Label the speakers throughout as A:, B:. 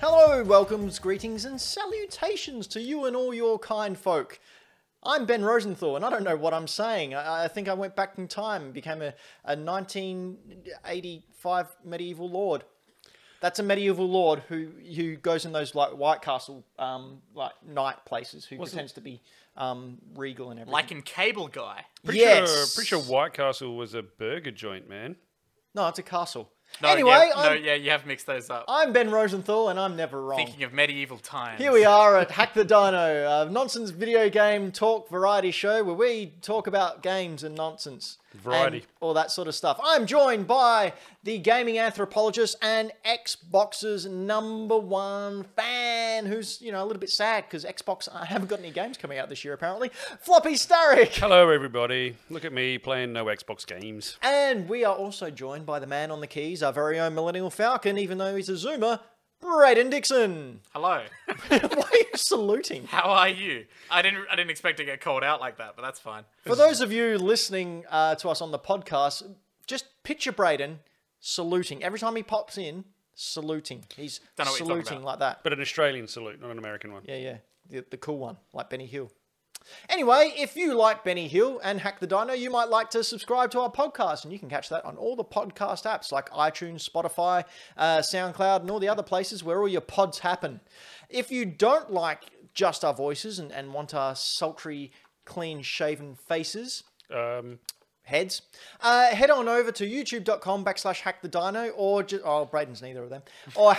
A: Hello, welcomes, greetings, and salutations to you and all your kind folk. I'm Ben Rosenthal, and I don't know what I'm saying. I, I think I went back in time and became a, a 1985 medieval lord. That's a medieval lord who who goes in those like White Castle um, like knight places who pretends to be um, regal and everything.
B: like in Cable Guy.
A: Pretty
C: sure, pretty sure White Castle was a burger joint, man.
A: No, it's a castle.
B: No,
A: anyway,
B: yeah, no,
A: I'm,
B: yeah, you have mixed those up.
A: I'm Ben Rosenthal, and I'm never wrong.
B: Thinking of medieval times.
A: Here we are at Hack the Dino, a nonsense video game talk variety show where we talk about games and nonsense.
C: Variety.
A: And all that sort of stuff. I'm joined by the gaming anthropologist and Xbox's number one fan, who's, you know, a little bit sad because Xbox I haven't got any games coming out this year, apparently. Floppy Starrick.
C: Hello, everybody. Look at me playing no Xbox games.
A: And we are also joined by the man on the keys, our very own Millennial Falcon, even though he's a Zoomer, Braden Dixon.
B: Hello.
A: Why are you saluting?
B: How are you? I didn't. I didn't expect to get called out like that, but that's fine.
A: For those of you listening uh, to us on the podcast, just picture Braden saluting every time he pops in. Saluting, he's
B: Don't know what you're talking
A: saluting
B: about.
A: like that.
C: But an Australian salute, not an American one.
A: Yeah, yeah, the, the cool one, like Benny Hill. Anyway, if you like Benny Hill and Hack the Dino, you might like to subscribe to our podcast, and you can catch that on all the podcast apps like iTunes, Spotify, uh, SoundCloud, and all the other places where all your pods happen. If you don't like just our voices and, and want our sultry, clean shaven faces,
C: Um,
A: heads. Uh, head on over to youtube.com backslash hack the dino or just, oh, Braden's neither of them, or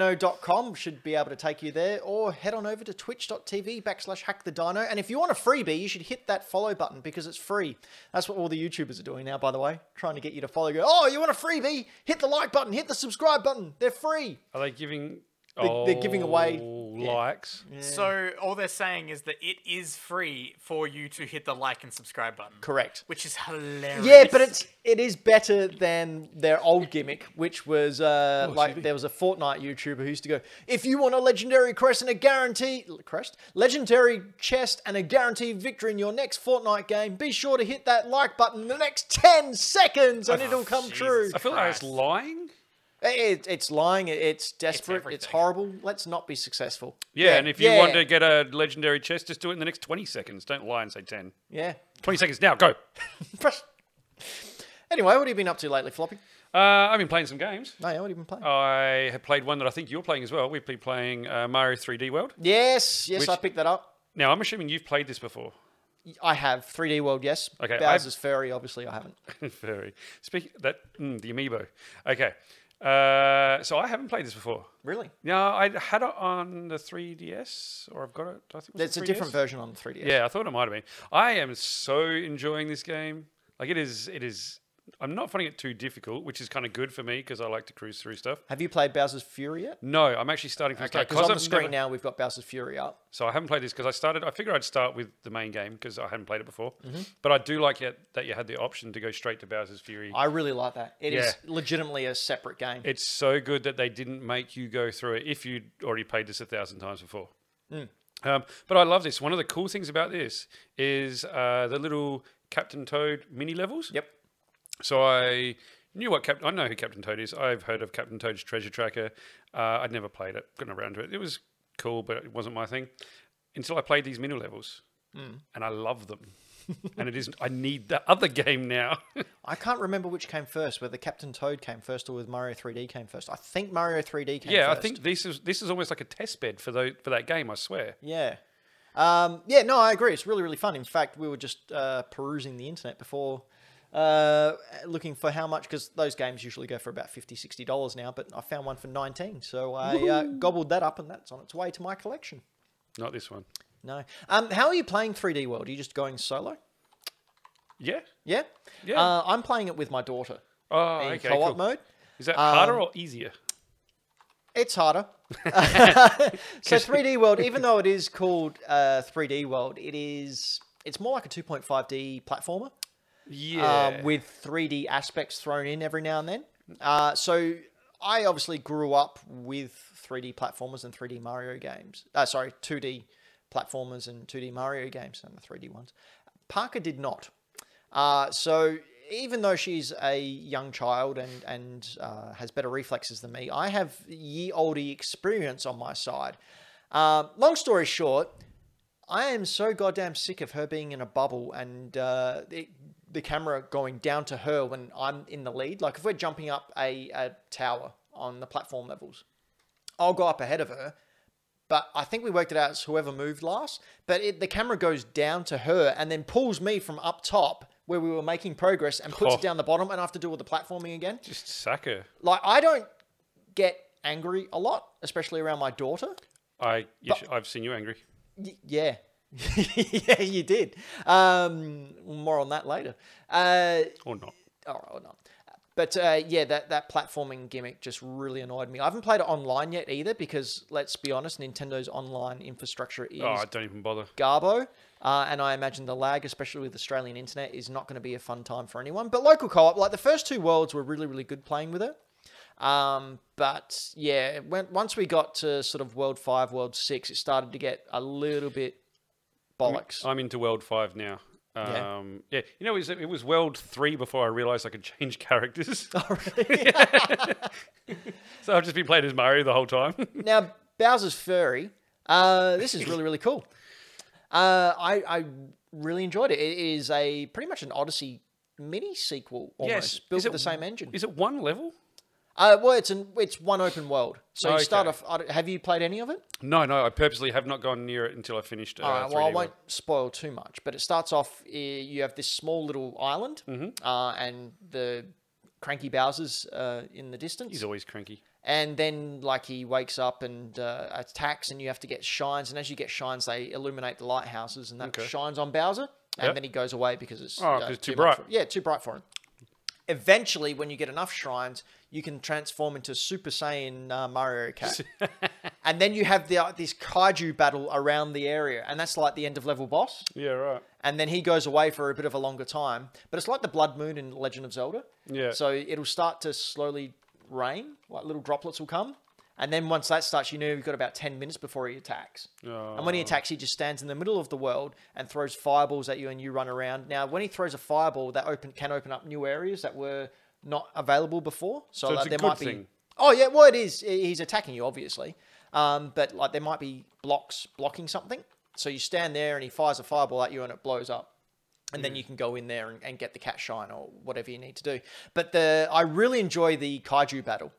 A: hackthedino.com should be able to take you there, or head on over to twitch.tv backslash hack the dino. And if you want a freebie, you should hit that follow button because it's free. That's what all the YouTubers are doing now, by the way, trying to get you to follow. Go, oh, you want a freebie? Hit the like button, hit the subscribe button. They're free.
C: are they giving?
A: They- they're giving away-
C: Oh, likes.
B: So all they're saying is that it is free for you to hit the like and subscribe button,
A: Correct.
B: which is hilarious.
A: Yeah, but it's it is better than their old gimmick, which was uh, like there was a Fortnite YouTuber who used to go, "If you want a legendary crest and a guarantee crest, legendary chest and a guaranteed victory in your next Fortnite game, be sure to hit that like button in the next ten seconds,
C: Oh,
A: and it'll come
B: Jesus.
A: true."
C: I feel like it's
B: Christ.
C: lying.
A: It, it's lying. it- It's desperate. It's,
B: everything.
A: horrible. Let's not be successful.
C: Yeah, and if you
A: yeah,
C: want to get a legendary chest, just do it in the next 20 seconds. Don't lie and say 10.
A: yeah.
C: 20 seconds now, go.
A: anyway, what have you been up to lately, Floppy?
C: Uh, I've been playing some games.
A: No, yeah, what have you been
C: Oh.
A: playing?
C: I have played one that I think you're playing as well. We've been playing uh, Mario 3D World.
A: yes, yes,
C: Which-
A: I picked that up.
C: Now, I'm assuming you've played this before.
A: I have 3D World, yes.
C: Okay,
A: Bowser's Fairy, obviously, I haven't.
C: Very. Speaking that mm, the amiibo. Okay. Uh, so I haven't played this before.
A: Really?
C: No, I had it on the 3DS, or I've got it. I think it was the
A: It's a
C: 3DS.
A: different version on the 3DS.
C: Yeah, I thought it might have been. I am so enjoying this game. Like it is, it is. I'm not finding it too difficult, which is kind of good for me because I like to cruise through stuff.
A: Have you played Bowser's Fury yet?
C: No, I'm actually starting from
A: Okay,
C: start
A: because on the
C: I've
A: screen
C: never-
A: now we've got Bowser's Fury up.
C: So I haven't played this because I started. I figured I'd start with the main game because I hadn't played it before.
A: Mm-hmm.
C: But I do like it that you had the option to go straight to Bowser's Fury.
A: I really like that. It is
C: Yeah.
A: legitimately a separate game.
C: It's so good that they didn't make you go through it if you'd already played this a thousand times before. Um, but I love this. One of the cool things about this is uh, the little Captain Toad mini levels.
A: yep.
C: So I knew what Captain. I know who Captain Toad is. I've heard of Captain Toad's Treasure Tracker. Uh, I'd never played it. Gotten around to it. It was cool, but it wasn't my thing until I played these mini levels, and I love them. and it is. I need that other game now.
A: I can't remember which came first, whether Captain Toad came first or whether Mario 3D came first. I think Mario 3D came
C: yeah,
A: first.
C: I think this is this is almost like a test bed for those for that game. I swear.
A: Yeah. Um, yeah, no, I agree. It's really, really fun. In fact, we were just uh, perusing the internet before uh, looking for how much, because those games usually go for about $50, $60 now, but I found one for 19 So I uh, gobbled that up, and that's on its way to my collection.
C: Not this one.
A: No. Um, how are you playing 3D World? Are you just going solo?
C: Yeah.
A: Yeah?
C: Yeah.
A: Uh, I'm playing it with my daughter
C: Oh,
A: in
C: okay.
A: co op
C: cool.
A: mode.
C: Is that
A: um,
C: harder or easier?
A: It's harder. so 3D World, even though it is called uh, 3D World, it is it's more like a 2.5D platformer.
C: Yeah.
A: um, with 3D aspects thrown in every now and then. Uh, so I obviously grew up with 3D platformers and 3D Mario games. Uh, sorry, 2D platformers and 2D Mario games and the 3D ones. Parker did not. Uh, so even though she's a young child and and uh, has better reflexes than me, I have ye oldie experience on my side. Um, long story short, I am so goddamn sick of her being in a bubble and uh, it, the camera going down to her when I'm in the lead. Like if we're jumping up a, a tower on the platform levels, I'll go up ahead of her. But I think we worked it out as whoever moved last. But it, the camera goes down to her and then pulls me from up top where we were making progress and puts
C: Oh.
A: it down the bottom, and I have to do all the platforming again.
C: Just sack her.
A: Like I don't get angry a lot, especially around my daughter.
C: I, you sh- I've seen you angry.
A: Y- yeah. yeah, you did. Um, more on that later. Uh,
C: Or not.
A: or, or not. But uh, yeah, that, that platforming gimmick just really annoyed me. I haven't played it online yet either because, let's be honest, Nintendo's online infrastructure is
C: Oh, I don't even bother.
A: garbo. Uh, and I imagine the lag, especially with Australian internet, is not going to be a fun time for anyone. But local co op, like the first two worlds were really, really good playing with it. Um, but yeah, when, once we got to sort of World 5, World 6, it started to get a little bit bollocks.
C: I'm into World 5 now.
A: Yeah.
C: Um, yeah. You know, it was, it was World 3 before I realized I could change characters.
A: Oh,
C: so I've just been playing as Mario the whole time.
A: now Bowser's furry. Uh, this is really really cool. Uh, I I really enjoyed it. It is a pretty much an Odyssey mini sequel almost
C: Yes.
A: built
C: Is
A: with
C: it-
A: the same engine.
C: Is it one level?
A: Uh, well, it's an it's one open world. So you start
C: Okay.
A: off. I don't- Have you played any of it?
C: No, no. I purposely have not gone near it until I finished. Uh,
A: All right,
C: 3D
A: well, I
C: World.
A: won't spoil too much, but it starts off. eh, You have this small little island,
C: Mm-hmm.
A: uh, and the cranky Bowser's uh, in the distance.
C: He's always cranky.
A: and then like he wakes up and uh, attacks and you have to get shines and as you get shines they illuminate the lighthouses and that shines on bowser and
C: Yep.
A: then he goes away because it's
C: Oh, 'cause it's too
A: much
C: bright.
A: for- yeah too bright for him eventually when you get enough shrines you can transform into super saiyan uh, mario cat and then you have the, uh, this kaiju battle around the area and that's like the end of level boss
C: Yeah, right.
A: and then he goes away for a bit of a longer time. But it's like the blood moon in Legend of Zelda.
C: Yeah.
A: So it'll start to slowly rain, like little droplets will come. And then once that starts, you know you've got about 10 minutes before he attacks. And when he attacks, he just stands in the middle of the world and throws fireballs at you, and you run around. Now, when he throws a fireball, that open can open up new areas that were not available before. So,
C: So it's
A: like,
C: a
A: there
C: good
A: might be.
C: thing.
A: Oh yeah, well it is. He- He's attacking you, obviously. Um, but like there might be blocks blocking something. So you stand there and he fires a fireball at you and it blows up. And
C: Mm.
A: then you can go in there and, and get the cat shine or whatever you need to do. But the I really enjoy the kaiju battle.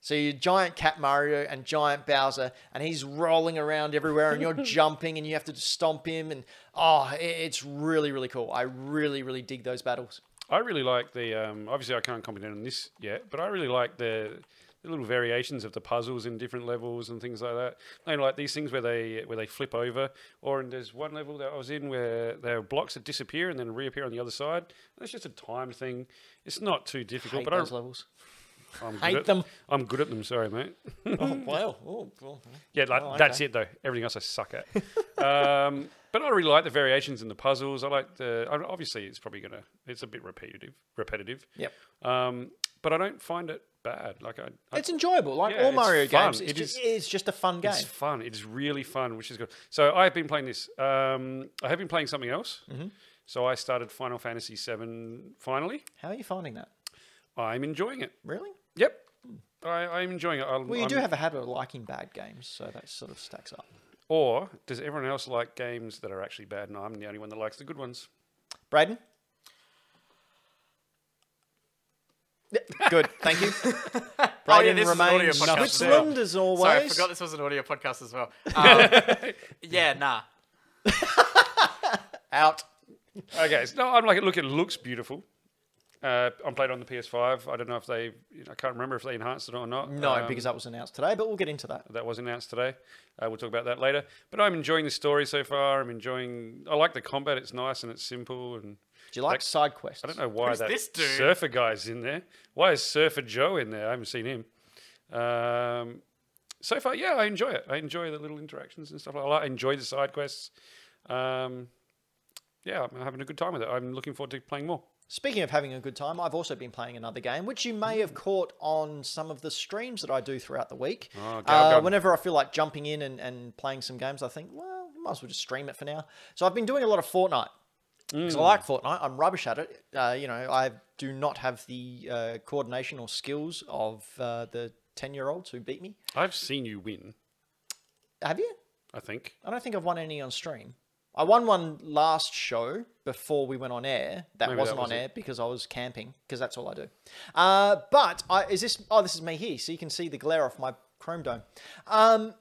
A: So you giant cat Mario and giant Bowser, and he's rolling around everywhere, and you're jumping, and you have to stomp him, and oh, i- it's really really cool. I really really dig those battles.
C: I really like the. Um, obviously, I can't comment on this yet, but I really like the, the little variations of the puzzles in different levels and things like that. You know, like these things where they where they flip over, or and there's one level that I was in where there are blocks that disappear and then reappear on the other side. And it's just a time thing. It's not too difficult,
A: Hate
C: but I,
A: those levels.
C: I'm good
A: hate
C: at,
A: them.
C: I'm good at them. Sorry, mate.
A: oh wow. Oh, cool.
C: Yeah, like,
A: Oh,
C: that's it though. Everything else I suck at. um, but I really like the variations in the puzzles. I like the I- obviously it's probably gonna it's a bit repetitive, repetitive.
A: Yep.
C: Um, but I don't find it bad. Like I, I
A: It's enjoyable, like
C: Yeah,
A: all
C: it's
A: Mario
C: fun.
A: games. It's
C: It
A: just,
C: is-
A: it's just a fun game.
C: it's fun. It's really fun, which is good. So I've been playing this. Um, I have been playing something else.
A: Mm-hmm.
C: So I started Final Fantasy VII. Finally,
A: How are you finding that?
C: I'm enjoying it.
A: Really?
C: Yep. I, I'm enjoying it. Um, i
A: Well, you do have a habit of liking bad games, so that sort of stacks up.
C: Or does everyone else like games that are actually bad, and I'm the only one that likes the good ones?
A: Braden? Good, thank you.
B: Oh, yeah,
A: Braden
B: this is an audio
A: remains
B: podcast as well.
A: Switzerland as always.
B: Sorry, I forgot this was an audio podcast as well. Um, yeah, nah.
A: Out.
C: Okay, so, no, I'm like, look, it looks beautiful. Uh, I'm playing on the PS5. I don't know if they, you know, I can't remember if they enhanced it or not.
A: No,
C: Um,
A: because that was announced today, but we'll get into that.
C: that was announced today. Uh, we'll talk about that later. But I'm enjoying the story so far. I'm enjoying. I like the combat. It's nice and it's simple. And
A: Do you like side quests?
C: I don't know why
B: Who's
C: that
B: this dude?
C: Surfer guy's in there. Why is Surfer Joe in there? I haven't seen him. Um, so far, yeah, I enjoy it. I enjoy the little interactions and stuff. like that. I enjoy the side quests. Um, yeah, I'm having a good time with it. I'm looking forward to playing more.
A: Speaking of having a good time, I've also been playing another game, which you may have caught on some of the streams that I do throughout the week.
C: Oh, Gal
A: uh,
C: Gun.
A: whenever I feel like jumping in and, and playing some games, I think, well, might as well just stream it for now. So I've been doing a lot of Fortnite. Because I like Fortnite, I'm rubbish at it. Uh, you know, I do not have the uh, coordination or skills of uh, the ten-year-olds who beat me.
C: I've seen you win.
A: Have you?
C: I think.
A: I don't think I've won any on stream. I won one last show before we went on air. That
C: Maybe that
A: wasn't
C: was
A: on
C: it.
A: air because I was camping because that's all I do. Uh, but I, is this? Oh, this is me here, so you can see the glare off my chrome dome. Um,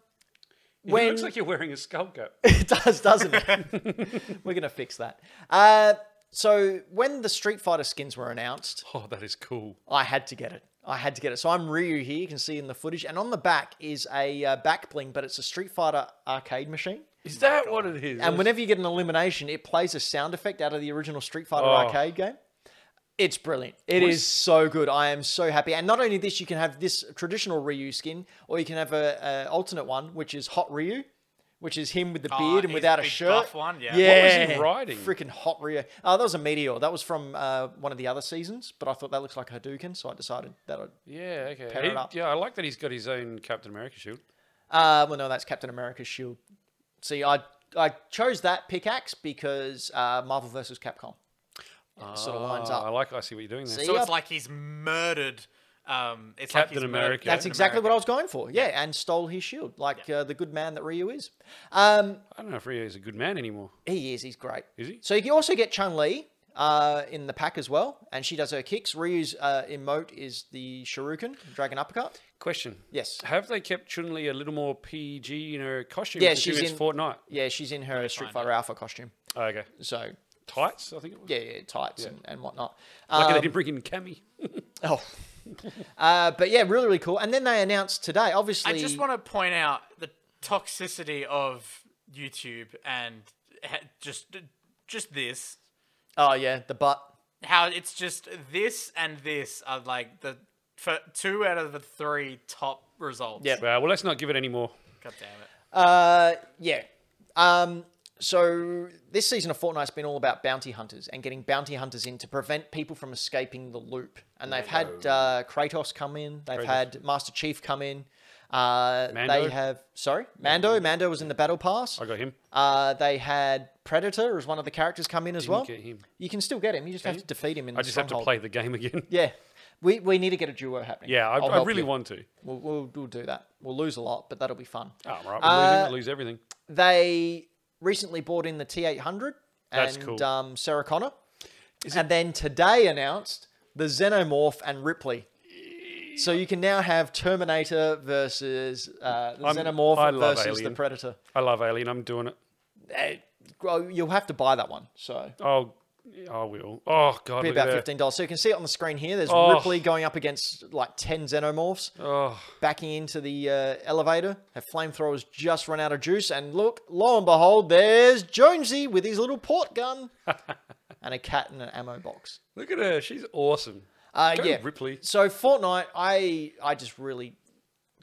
A: when
C: it looks like you're wearing a skull cap.
A: it does, doesn't it? We're gonna fix that. Uh, so when the Street Fighter skins were announced,
C: Oh, that is cool.
A: I had to get it. I had to get it. So I'm Ryu here. You can see in the footage, and on the back is a uh, back bling, but it's a Street Fighter arcade machine.
C: Is that what it is?
A: Oh And whenever you get an elimination, it plays a sound effect out of the original Street Fighter
C: Oh.
A: arcade game. It's brilliant. It is so good. I am so happy. And not only this, you can have this traditional Ryu skin, or you can have a, a alternate one, which is Hot Ryu, which is him with the beard and
B: he's
A: without a
B: big
A: shirt.
B: buff one, yeah.
A: yeah.
C: What was he riding?
A: Freaking Hot Ryu. Oh, that was a meteor. That was from uh, one of the other seasons, but I thought that looks like Hadouken, so I decided that. I'd,
C: yeah, okay.
A: Pair it
C: He-
A: up.
C: yeah, I like that he's got his own Captain America shield.
A: uh, well, no, that's Captain America's shield. See, I I chose that pickaxe because uh, Marvel versus Capcom. It sort of lines
C: Ah,
A: up.
C: I like. I see what you're doing there.
A: See?
B: So
A: Yeah.
B: it's like he's murdered. Um, it's
C: Captain
B: like he's murdered
C: America.
A: That's
B: Captain
A: exactly what I
B: America.
A: was going for. Yeah, and stole his shield, like uh, the good man that Ryu is. Um,
C: I don't know if Rio is a good man anymore.
A: he is. He's great.
C: Is he?
A: So you can also get Chun Li uh, in the pack as well, and she does her kicks. Ryu's uh, emote is the Shuriken, Dragon Uppercut.
C: Question.
A: Yes.
C: Have they kept Chun Li a little more PG in her costume?
A: Yeah,
C: considering
A: she's
C: it's
A: in-
C: Fortnite.
A: Yeah, she's in her Street Fighter Alpha costume.
C: Oh, okay.
A: So
C: Tights, I think it was.
A: yeah, yeah tights And, and whatnot.
C: Lucky they
A: Um,
C: didn't bring in Cammy.
A: oh. Uh, but yeah, really, really cool. And then they announced today, obviously.
B: I just want to point out the toxicity of YouTube and ha- just just this
A: Oh yeah, the butt.
B: how it's just this and this are like the for two out of the three top results.
A: Yep.
C: Well, well, let's not give it any more.
B: God damn it.
A: Uh, yeah. Um, so this season of Fortnite's been all about bounty hunters and getting bounty hunters in to prevent people from escaping the loop. And they've had uh, Kratos come in. They've had Master Chief come in. Uh,
C: Mando?
A: They have sorry, Mando. Mando was in the battle pass.
C: I got him.
A: Uh, they had Predator as one of the characters come in as well.
C: get him.
A: You can still get him. You just have to defeat him in.
C: I
A: the
C: just have to
A: stronghold.
C: play the game again.
A: Yeah, we, we need to get a duo happening.
C: Yeah, I,
A: I'll
C: I
A: help
C: really
A: you.
C: want to.
A: We'll, we'll we'll do that. We'll lose a lot, but that'll be fun.
C: Oh, I'm all right. We're losing.
A: Uh,
C: I lose everything.
A: they recently bought in the T800
C: That's
A: and
C: cool.
A: um, Sarah Connor. and then today announced the Xenomorph and Ripley. So you can now have Terminator versus uh, the
C: I'm-
A: Xenomorph
C: I love
A: versus the
C: Alien.
A: Predator.
C: I love Alien. I'm doing it.
A: Eh, well, you'll have to buy that one. So
C: Oh, I will. Oh God,
A: be
C: look
A: about
C: at that.
A: fifteen dollars. So you can see it on the screen here. There's
C: Oh.
A: Ripley going up against like ten Xenomorphs,
C: Oh,
A: backing into the uh, elevator. Her flamethrowers just run out of juice, and look, lo and behold, there's Jonesy with his little port gun and a cat in an ammo box.
C: look at her. She's awesome.
A: Uh,
C: Go
A: yeah,
C: Ripley.
A: So Fortnite, I I just really,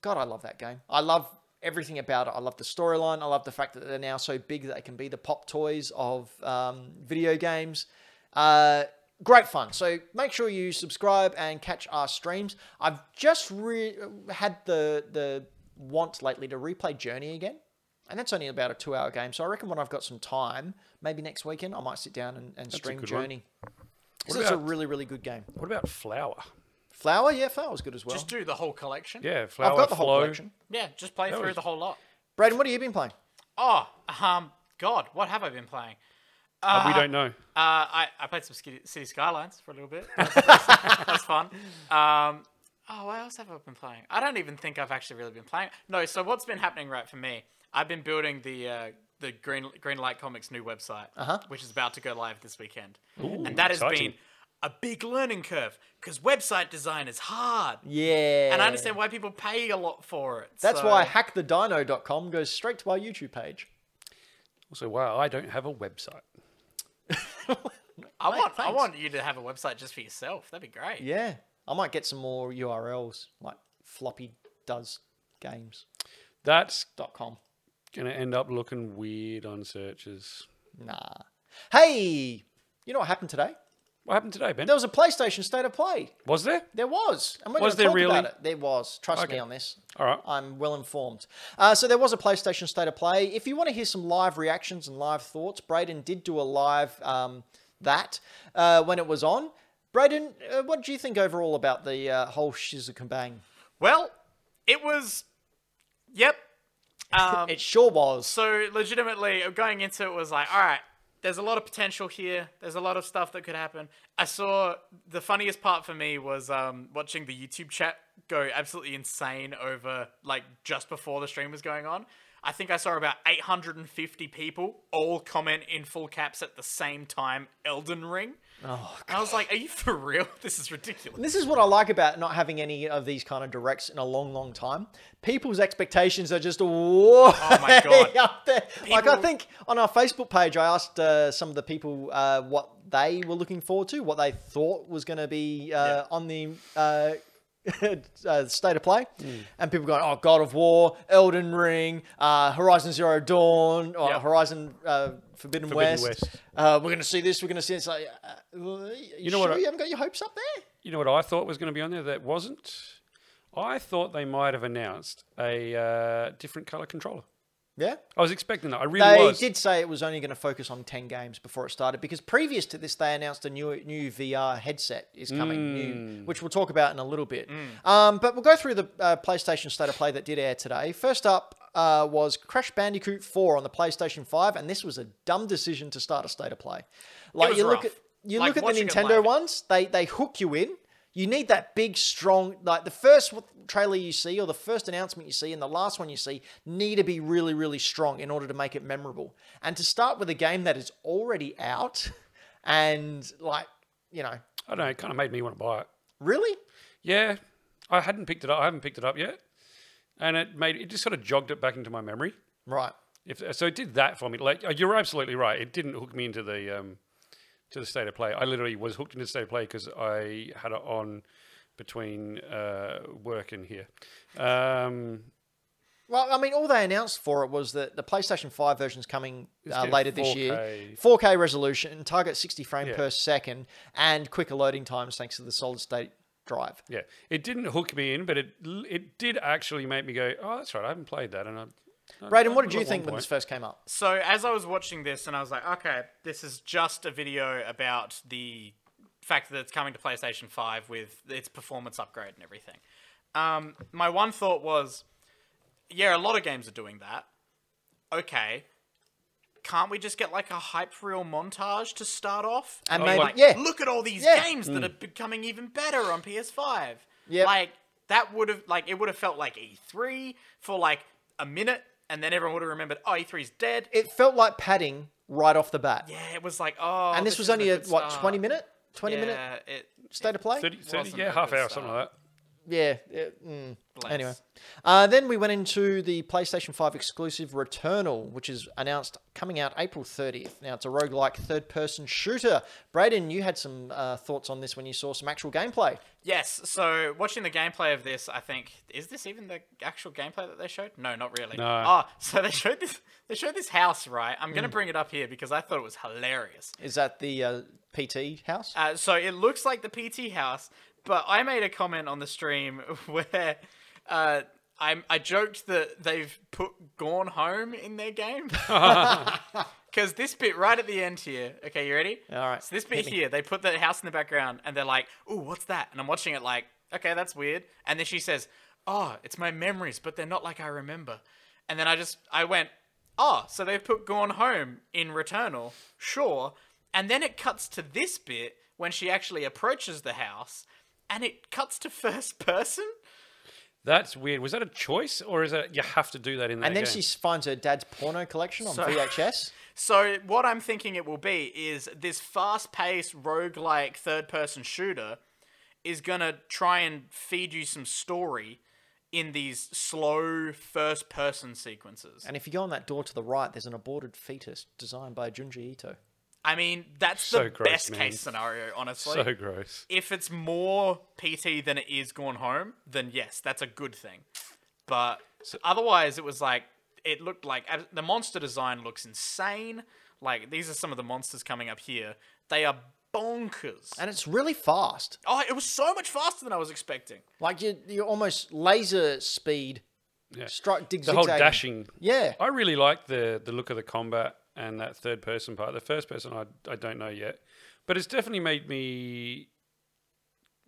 A: God, I love that game. I love everything about it. I love the storyline. I love the fact that they're now so big that they can be the pop toys of um, video games. Uh, great fun. So make sure you subscribe and catch our streams. I've just re- had the the want lately to replay Journey again. And that's only about a two-hour game, so I reckon when I've got some time, maybe next weekend, I might sit down and, and stream
C: good one.
A: Journey. 'Cause it's a
C: about-
A: really, really good game.
C: What about Flower?
A: Flower, yeah, flower was good as well.
B: Just do the whole collection.
C: Yeah, Flower.
A: I've got the whole
C: Flow.
A: collection.
B: Yeah, just play through
C: was-
B: the whole lot.
A: Braden, what have you been playing?
B: Oh, um, God, what have I been playing?
C: Uh,
A: Ah.
C: we don't know.
B: Uh, I, I played some City, City Skylines for a little bit. That's, that's, that's fun. Um, oh, what else have I been playing? I don't even think I've actually really been playing. No, so what's been happening right for me? I've been building the uh, the Green Greenlight Comics new website, uh-huh. which is about to go live this weekend, and that has
C: exciting.
B: been a big learning curve because website design is hard,
A: Yeah.
B: and I understand why people pay a lot for it.
A: That's
B: so-
A: why hackthedino.com goes straight to our YouTube page.
C: Also, wow, I don't have a website.
B: I want I
A: thanks.
B: want you to have a website just for yourself. That'd be great.
A: Yeah. I might get some more URLs like floppy does games.com.
C: That's gonna end up looking weird on searches.
A: Nah. Hey, you know what happened today?
C: What happened today, Ben?
A: There was a PlayStation State of Play.
C: Was there?
A: There was. And we're
C: Was
A: going to
C: there
A: talk
C: really?
A: about it. There was. Trust me
C: Okay.
A: on this.
C: All right.
A: I'm well informed. Uh, so there was a PlayStation State of Play. If you want to hear some live reactions and live thoughts, Braden did do a live um, that uh, when it was on. Braden, uh, what do you think overall about the uh, whole shizzakabang?
B: Well, it was. Yep. Um,
A: It sure was.
B: so legitimately going into it was like all right there's a lot of potential here there's a lot of stuff that could happen i saw the funniest part for me was um, watching the youtube chat go absolutely insane over like just before the stream was going on i think i saw about 850 people all comment in full caps at the same time elden ring
A: Oh,
B: i was like are you for real this is ridiculous
A: This is what I like about not having any of these kind of directs in a long, long time. People's expectations are just whoa
B: my God.
A: up there. Like I
B: People-
A: think on our Facebook page, I asked uh, some of the people uh, what they were looking forward to, what they thought was going to be uh,
B: Yeah.
A: on the. Uh, uh, state of play, and people going, "Oh, God of War, Elden Ring, uh, Horizon Zero Dawn, or
B: Yep.
A: Horizon uh, Forbidden, West.
C: West.
A: Uh, we're going to see this. We're going to see this." Like, uh, you know
C: know what
A: what?
C: I-
A: You haven't got your hopes up there.
C: You know what I thought was going to be on there that wasn't? I thought they might have announced a uh, different color controller.
A: Yeah.
C: I was expecting that. I really
A: They
C: was.
A: did say it was only going to focus on 10 games before it started because previous to this, they announced a new new VR headset is coming, new, which we'll talk about in a little bit. Um, but we'll go through the uh, PlayStation State of Play that did air today. First up uh, was Crash Bandicoot 4 on the PlayStation 5, and this was a dumb decision to start a State of Play. Like,
B: was
A: you
B: rough.
A: look at. You
B: Like,
A: look at the
B: watching it
A: Nintendo
B: live.
A: ones; they they hook you in. You need that big, strong, like the first w- trailer you see, or the first announcement you see, and the last one you see need to be really, really strong in order to make it memorable. And to start with a game that is already out, and like you know,
C: I don't know. It kind of made me want to buy it.
A: really,
C: Yeah, I hadn't picked it up. I haven't picked it up yet, and it made it just sort of jogged it back into my memory.
A: right?
C: If so, it did that for me. Like uh, you're absolutely right. It didn't hook me into the um, to the state of play. I literally was hooked into the state of play because I had it on between uh, work and here. Um,
A: Well, I mean, all they announced for it was that the PlayStation 5 version is coming uh,
C: getting
A: later this year.
C: 4K.
A: 4K resolution, target 60 frames
C: Yeah.
A: per second, and quicker loading times thanks to the solid state drive.
C: yeah, it didn't hook me in, but it l- it did actually make me go, "Oh, that's right. I haven't played that." And I,
A: Braden, what did
C: At
A: you
C: one
A: think when
C: point.
A: this first came up?
B: So as I was watching this, and I was like, okay, this is just a video about the fact that it's coming to PlayStation Five with its performance upgrade and everything. Um, my one thought was, yeah, a lot of games are doing that. Okay, can't we just get like a hype reel montage to start off?
A: And
C: Oh,
A: maybe,
C: like-
A: yeah,
B: look at all these
A: Yeah.
B: games that are becoming even better on PS5.
A: Hmm. Yep.
B: Like that would have like it would have felt like E3 for like a minute and then everyone would have remembered, oh, E3's dead.
A: it felt like padding right off the bat.
B: yeah, it was like, oh.
A: and this, was
B: isn't
A: only a
B: good
A: what
B: start.
A: 20 minute, 20
B: yeah,
A: minute
B: It,
A: state of play.
C: 30, 30
B: Wasn't a
C: yeah, half
B: good
C: hour, something like that.
A: Yeah. yeah, mm.
B: Bless.
A: Anyway, uh, then we went into the PlayStation 5 exclusive Returnal, which is announced coming out April 30th. Now, it's a roguelike third person shooter. Braden, you had some uh, thoughts on this when you saw some actual gameplay.
B: Yes, so watching the gameplay of this, I think is this even the actual gameplay that they showed? No, not really.
C: No.
B: Ah, so they showed this. They showed this house, right? I'm
A: Hmm.
B: gonna bring it up here because I thought it was hilarious.
A: Is that the uh, PT house?
B: Uh, so it looks like the PT house, but I made a comment on the stream where uh, I, I joked that they've put Gone Home in their game. Because this bit right at the end here, okay, you ready?
A: All right,
B: So this
A: hit
B: bit
A: me.
B: here, they put the house in the background and they're like, ooh, what's that? And I'm watching it like, okay, that's weird. And then she says, oh, it's my memories, but they're not like I remember. And then I just, I went, oh, so they've put Gone Home in Returnal, sure. And then it cuts to this bit when she actually approaches the house and it cuts to first person.
C: That's weird. Was that a choice, or is that you have to do that in that?
A: and then
C: game?
A: she finds her dad's porno collection on
B: So-
A: VHS.
B: So what I'm thinking it will be is this fast-paced roguelike third-person shooter is going to try and feed you some story in these slow first-person sequences.
A: And if you go on that door to the right, there's an aborted fetus designed by Junji Ito.
B: I mean, that's
C: So
B: the
C: gross,
B: best
C: man.
B: case scenario, honestly.
C: so gross.
B: if it's more PT than it is Gone Home, then yes, that's a good thing. But otherwise, it was like it looked like uh, the monster design looks insane. Like these are some of the monsters coming up here. They are bonkers.
A: and it's really fast.
B: Oh, it was so much faster than I was expecting.
A: Like you, you're almost laser speed.
C: Yeah.
A: Strike dig
C: The whole
A: zigzagging.
C: dashing.
A: Yeah.
C: I really like the the look of the combat and that third person part. The first person, I I don't know yet, but it's definitely made me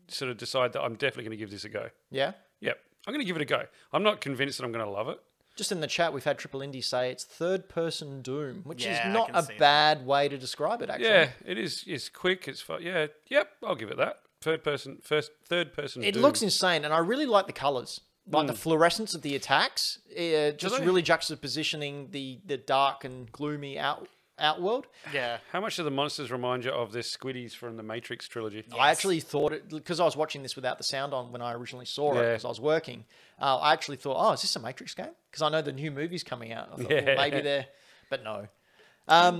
C: sort of decide that I'm definitely going to give this a go.
A: Yeah.
C: Yep, I'm going to give it a go. I'm not convinced that I'm going to love it.
A: Just in the chat, we've had Triple Indy say it's third person Doom, which
B: Yeah, I
A: is not
B: can
A: a
B: see that.
A: bad way to describe it, actually.
C: Yeah, it is. It's quick. It's fun. Yeah, yep. I'll give it that. Third person, first, third person.
A: It
C: Doom. Mm.
A: looks insane, and I really like the colors, like the fluorescence of the attacks. Uh, just
C: they?
A: really juxtapositioning the the dark and gloomy out outworld.
B: Yeah.
C: How much do the monsters remind you of the squiddies from the Matrix trilogy?
A: I actually thought it because I was watching this without the sound on when I originally saw it
C: Yeah.
A: because I was working. Uh, I actually thought, oh, is this a Matrix game? Because I know the new movie's coming out. I thought, well,
C: Yeah.
A: maybe they're, but no.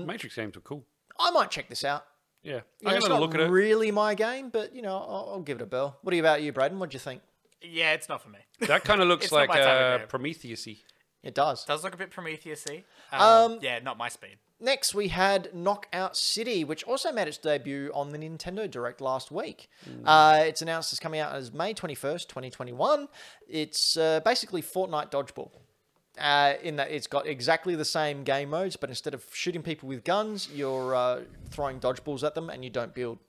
C: Matrix games were cool.
A: I might check this out.
C: Yeah,
A: You know,
C: I'm
A: it's
C: going to
A: not
C: look at it.
A: really my game, but you know, I'll, I'll give it a bell. What about you, Braden? What do you think?
B: Yeah, it's not for me.
C: that kind of looks
B: It's not
C: like
B: my type of
C: uh,
B: game.
C: Prometheus-y.
A: It does.
B: Does look a bit Prometheus-y. Um, yeah, not my speed.
A: Next, we had Knockout City, which also made its debut on the Nintendo Direct last week. Uh, it's announced it's coming out as May 21st, 2021. It's uh, basically Fortnite Dodgeball. Uh, in that it's got exactly the same game modes, but instead of shooting people with guns, you're uh, throwing dodgeballs at them and you don't build.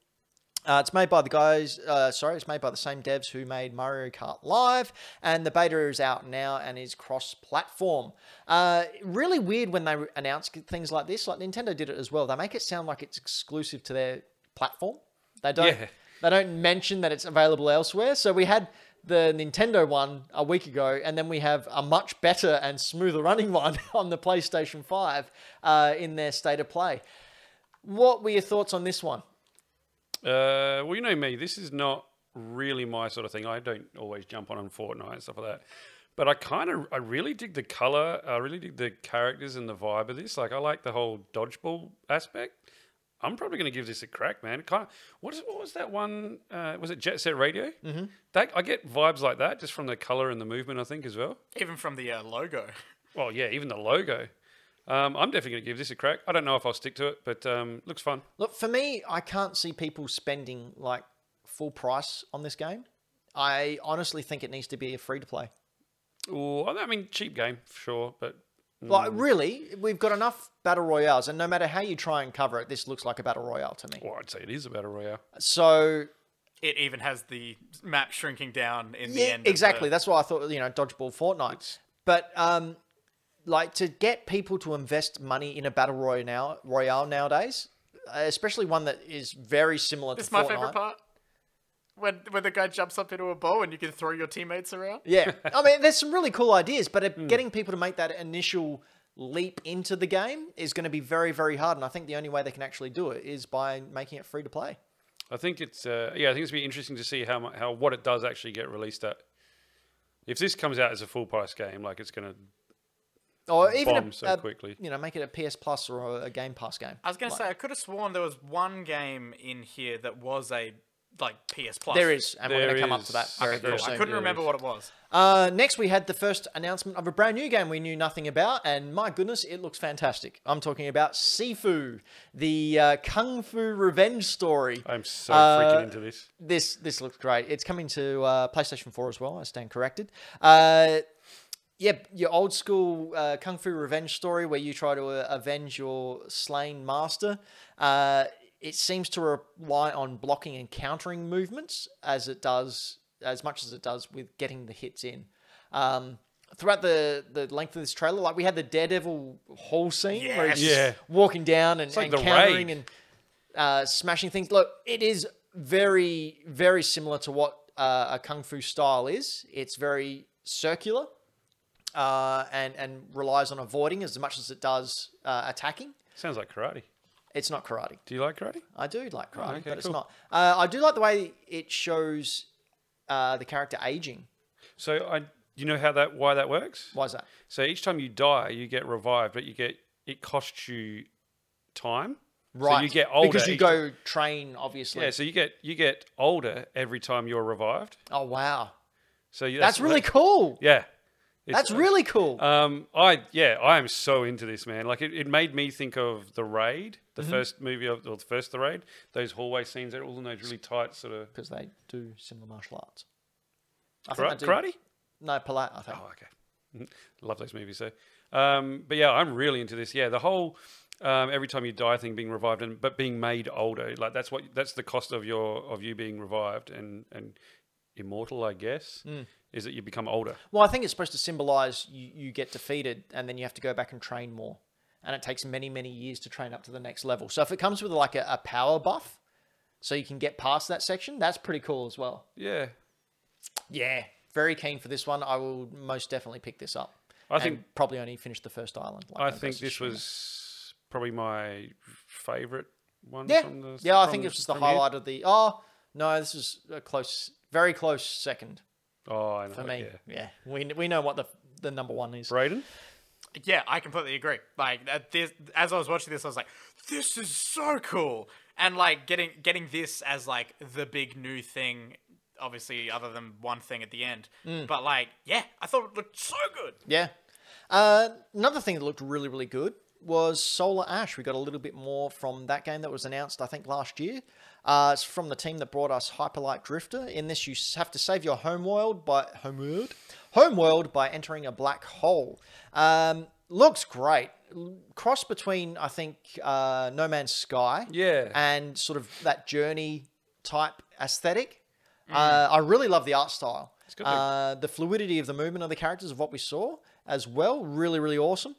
A: Uh, it's made by the guys, uh, sorry, it's made by the same devs who made Mario Kart Live, and the beta is out now and is cross platform. Uh, really weird when they re- announce g- things like this, like Nintendo did it as well. They make it sound like it's exclusive to their platform. They don't.
C: Yeah.
A: They don't mention that it's available elsewhere. So we had the Nintendo one a week ago, and then we have a much better and smoother running one on the PlayStation 5 uh, in their state of play. What were your thoughts on this one?
C: Uh, well, you know me. This is not really my sort of thing. I don't always jump on on Fortnite and stuff like that. But I kind of, I really dig the color. I really dig the characters and the vibe of this. Like, I like the whole dodgeball aspect. I'm probably going to give this a crack, man. Kind of, what, is, what was that one? Uh, was it Jet Set Radio? Mm-hmm. That I get vibes like that just from the color and the movement. I think as well.
B: Even from the uh, logo.
C: Well, yeah, even the logo. Um, I'm definitely going to give this a crack. I don't know if I'll stick to it, but um, looks fun.
A: Look, for me, I can't see people spending like full price on this game. I honestly think it needs to be a free to play.
C: Ooh, I mean, cheap game, sure, but
B: Hmm.
A: Like, really, we've got enough battle royales, and no matter how you try and cover it, this looks like a battle royale to me.
C: Well, I'd say it is a battle royale.
A: So,
B: It even has the map shrinking down in the
A: yeah,
B: end. of
A: exactly.
B: the-
A: That's why I thought, you know, dodgeball Fortnite. But, um, like, to get people to invest money in a battle royale, now, royale nowadays, especially one that is very similar
B: This is
A: to
B: my
A: Fortnite.
B: favorite part. When when the guy jumps up into a ball and you can throw your teammates around.
A: Yeah. I mean, there's some really cool ideas, but
C: Hmm.
A: it- getting people to make that initial leap into the game is going to be very, very hard. And I think the only way they can actually do it is by making it free to play.
C: I think it's uh, yeah. I think it's be interesting to see how mu- how what it does actually get released at. If this comes out as a full price game, like it's gonna
A: Or even a-
C: Bomb so
A: a-
C: quickly.
A: You know, make it a PS Plus or a Game Pass game.
B: I was gonna say I could have sworn there was one game in here that was a like PS Plus.
A: There is, and we're
C: There
A: going to come up to
C: is.
A: that very,
C: Okay,
A: very
C: cool.
B: I
A: soon.
B: couldn't
C: There
B: remember
C: is.
B: what it was.
A: Uh, next, we had the first announcement of a brand new game we knew nothing about, and my goodness, it looks fantastic. I'm talking about Sifu, the uh, Kung Fu Revenge story.
C: I'm so
A: Uh,
C: freaking into this.
A: this this looks great. It's coming to uh, PlayStation 4 as well. I stand corrected. Uh, yep, your old school uh, kung fu revenge story where you try to uh, avenge your slain master. Uh, it seems to rely on blocking and countering movements as it does as much as it does with getting the hits in. Um, throughout the the length of this trailer, like we had the Daredevil hall scene where he's
B: Yes.
C: Yeah.
A: walking down and,
C: like
A: and
C: the
A: countering
C: raid.
A: and uh, smashing things. Look, it is very, very similar to what uh, a kung fu style is. It's very circular uh, and and relies on avoiding as much as it does uh, attacking.
C: Sounds like karate.
A: It's not karate.
C: Do you like karate?
A: I do like karate,
C: okay,
A: but it's
C: cool.
A: not. Uh, I do like the way it shows uh, the character aging.
C: So I, you know how that why that works.
A: Why is that?
C: So each time you die, you get revived, but you get it costs you time.
A: Right.
C: So you get older
A: because you
C: each-
A: go train, obviously.
C: Yeah. So you get you get older every time you're revived.
A: Oh wow,
C: So you,
A: that's, really cool.
C: Yeah. It's-
A: That's really cool.
C: Um, I yeah, I am so into this man. Like it, it made me think of the raid, the
A: Mm-hmm.
C: first movie of or the first the raid. Those hallway scenes, they're all in those really tight sort of
A: Because they do similar martial arts. I think
C: karate.
A: they do-
C: karate?
A: No, polite, I think.
C: Oh, okay. Mhm. Love those movies though. Um, but yeah, I'm really into this. Yeah, the whole um, every time you die thing being revived and but being made older. Like that's what that's the cost of your of you being revived and and immortal, I guess.
A: Mm.
C: Is that you become older.
A: Well, I think it's supposed to symbolize you, you get defeated and then you have to go back and train more. And it takes many, many years to train up to the next level. So if it comes with like a, a power buff, so you can get past that section, that's pretty cool as well.
C: Yeah.
A: Yeah. Very keen for this one. I will most definitely pick this up.
C: I
A: And
C: think-
A: probably only finish the first island. like
C: I
A: most
C: think
A: of
C: this
A: streamers.
C: was probably my favorite one.
A: Yeah,
C: from the,
A: yeah. I
C: from-
A: think it was the
C: from here.
A: highlight of the. Oh no, this is a close, very close second
C: Oh, I know.
A: for me.
C: Yeah.
A: Yeah, we we know what the the number one is.
C: Braden,
B: Yeah, I completely agree. Like that this, as I was watching this, I was like, "This is so cool!" And like getting getting this as like the big new thing, obviously, other than one thing at the end. But like, yeah, I thought it looked so good.
A: Yeah. Uh, another thing that looked really really good was Solar Ash. We got a little bit more from that game that was announced I think last year. Uh, it's from the team that brought us Hyperlight Drifter. In this, you s- have to save your homeworld by homeworld homeworld by entering a black hole. Um, looks great. L- Cross between I think uh, No Man's Sky.
C: Yeah.
A: and sort of that journey type aesthetic.
C: Mm.
A: Uh, I really love the art style.
C: got the-
A: Uh, the fluidity of the movement of the characters of what we saw as well. Really, really awesome.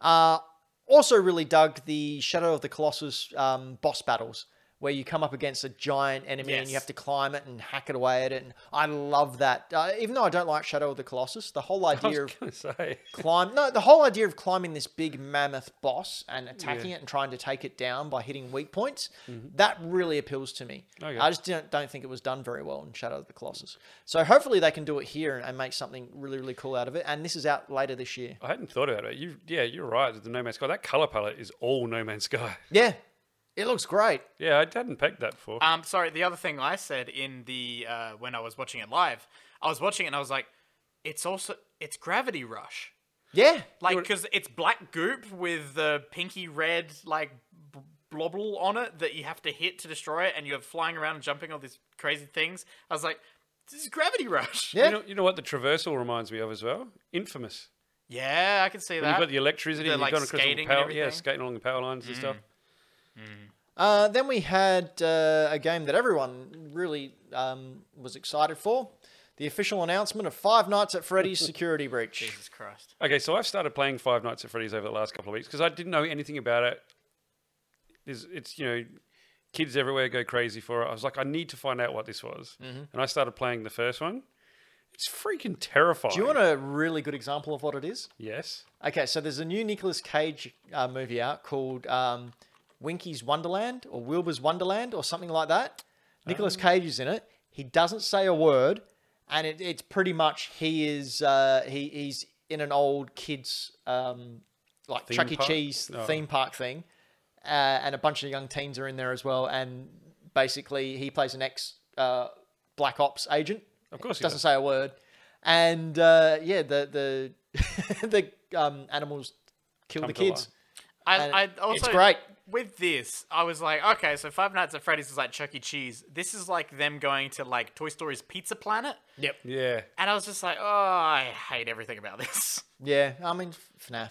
A: Uh, also, really dug the Shadow of the Colossus um, boss battles where you come up against a giant enemy and you
B: Yes.
A: have to climb it and hack it away at it. And I love that. Uh, even though I don't like Shadow of the Colossus, the whole
C: I was
A: idea of
C: going to say.
A: climb. No, the whole idea of climbing this big mammoth boss and attacking it and trying to take it down by hitting weak points, that really appeals to me.
C: Okay.
A: I just don't, don't think it was done very well in Shadow of the Colossus. So hopefully they can do it here and, and make something really, really cool out of it. And this is out later this year.
C: I hadn't thought about it. You, yeah, you're right. with The No Man's Sky. That color palette is all No Man's Sky.
A: Yeah, it looks great.
C: Yeah, I hadn't pegged that before.
A: Uh,
B: Um, sorry, the other thing I said in the uh, when I was watching it live, I was watching it and I was like, "It's also it's Gravity Rush."
A: Yeah,
B: like because it's black goop with the pinky red like b- blobble on it that you have to hit to destroy it and you're flying around and jumping all these crazy things i was like this is gravity rush
A: yeah.
C: you, know, you know what the traversal reminds me of as well? Infamous.
B: yeah i can see
C: When
B: that
C: you've got the electricity,
B: The,
C: and you've
B: like,
C: gone across all the
B: skating and
C: power, yeah,
B: everything.
C: skating along the power lines
A: Mm.
C: and stuff.
A: Uh, then we had uh, a game that everyone really um, was excited for. The official announcement of Five Nights at Freddy's Security Breach.
B: jesus christ
C: Okay, so I've started playing Five Nights at Freddy's over the last couple of weeks because I didn't know anything about it. There's, it's you know, kids everywhere go crazy for it. I was like, I need to find out what this was, and I started playing the first one. It's freaking terrifying.
A: Do you want a really good example of what it is?
C: Yes.
A: Okay, so there's a new Nicolas Cage uh, movie out called um, Winky's Wonderland or Wilbur's Wonderland or something like that.
C: Oh.
A: Nicolas Cage is in it. He doesn't say a word, and it, it's pretty much he is uh, he, he's in an old kids um, like
C: Theme
A: Chuck E.
C: park?
A: Cheese
C: Oh.
A: theme park thing, uh, and a bunch of young teens are in there as well. And basically, he plays an ex uh, Black Ops agent.
C: Of course he
A: doesn't
C: does.
A: say a word. And uh, yeah, the the the um, animals kill
C: Come
A: the
C: to
A: kids. And
B: I, I also
A: it's great.
B: with this i was like okay so five nights at freddy's is like chuck e cheese this is like them going to like toy story's pizza planet
A: Yep.
C: Yeah.
B: and i was just like oh i hate everything about this
A: Yeah, I mean FNAF.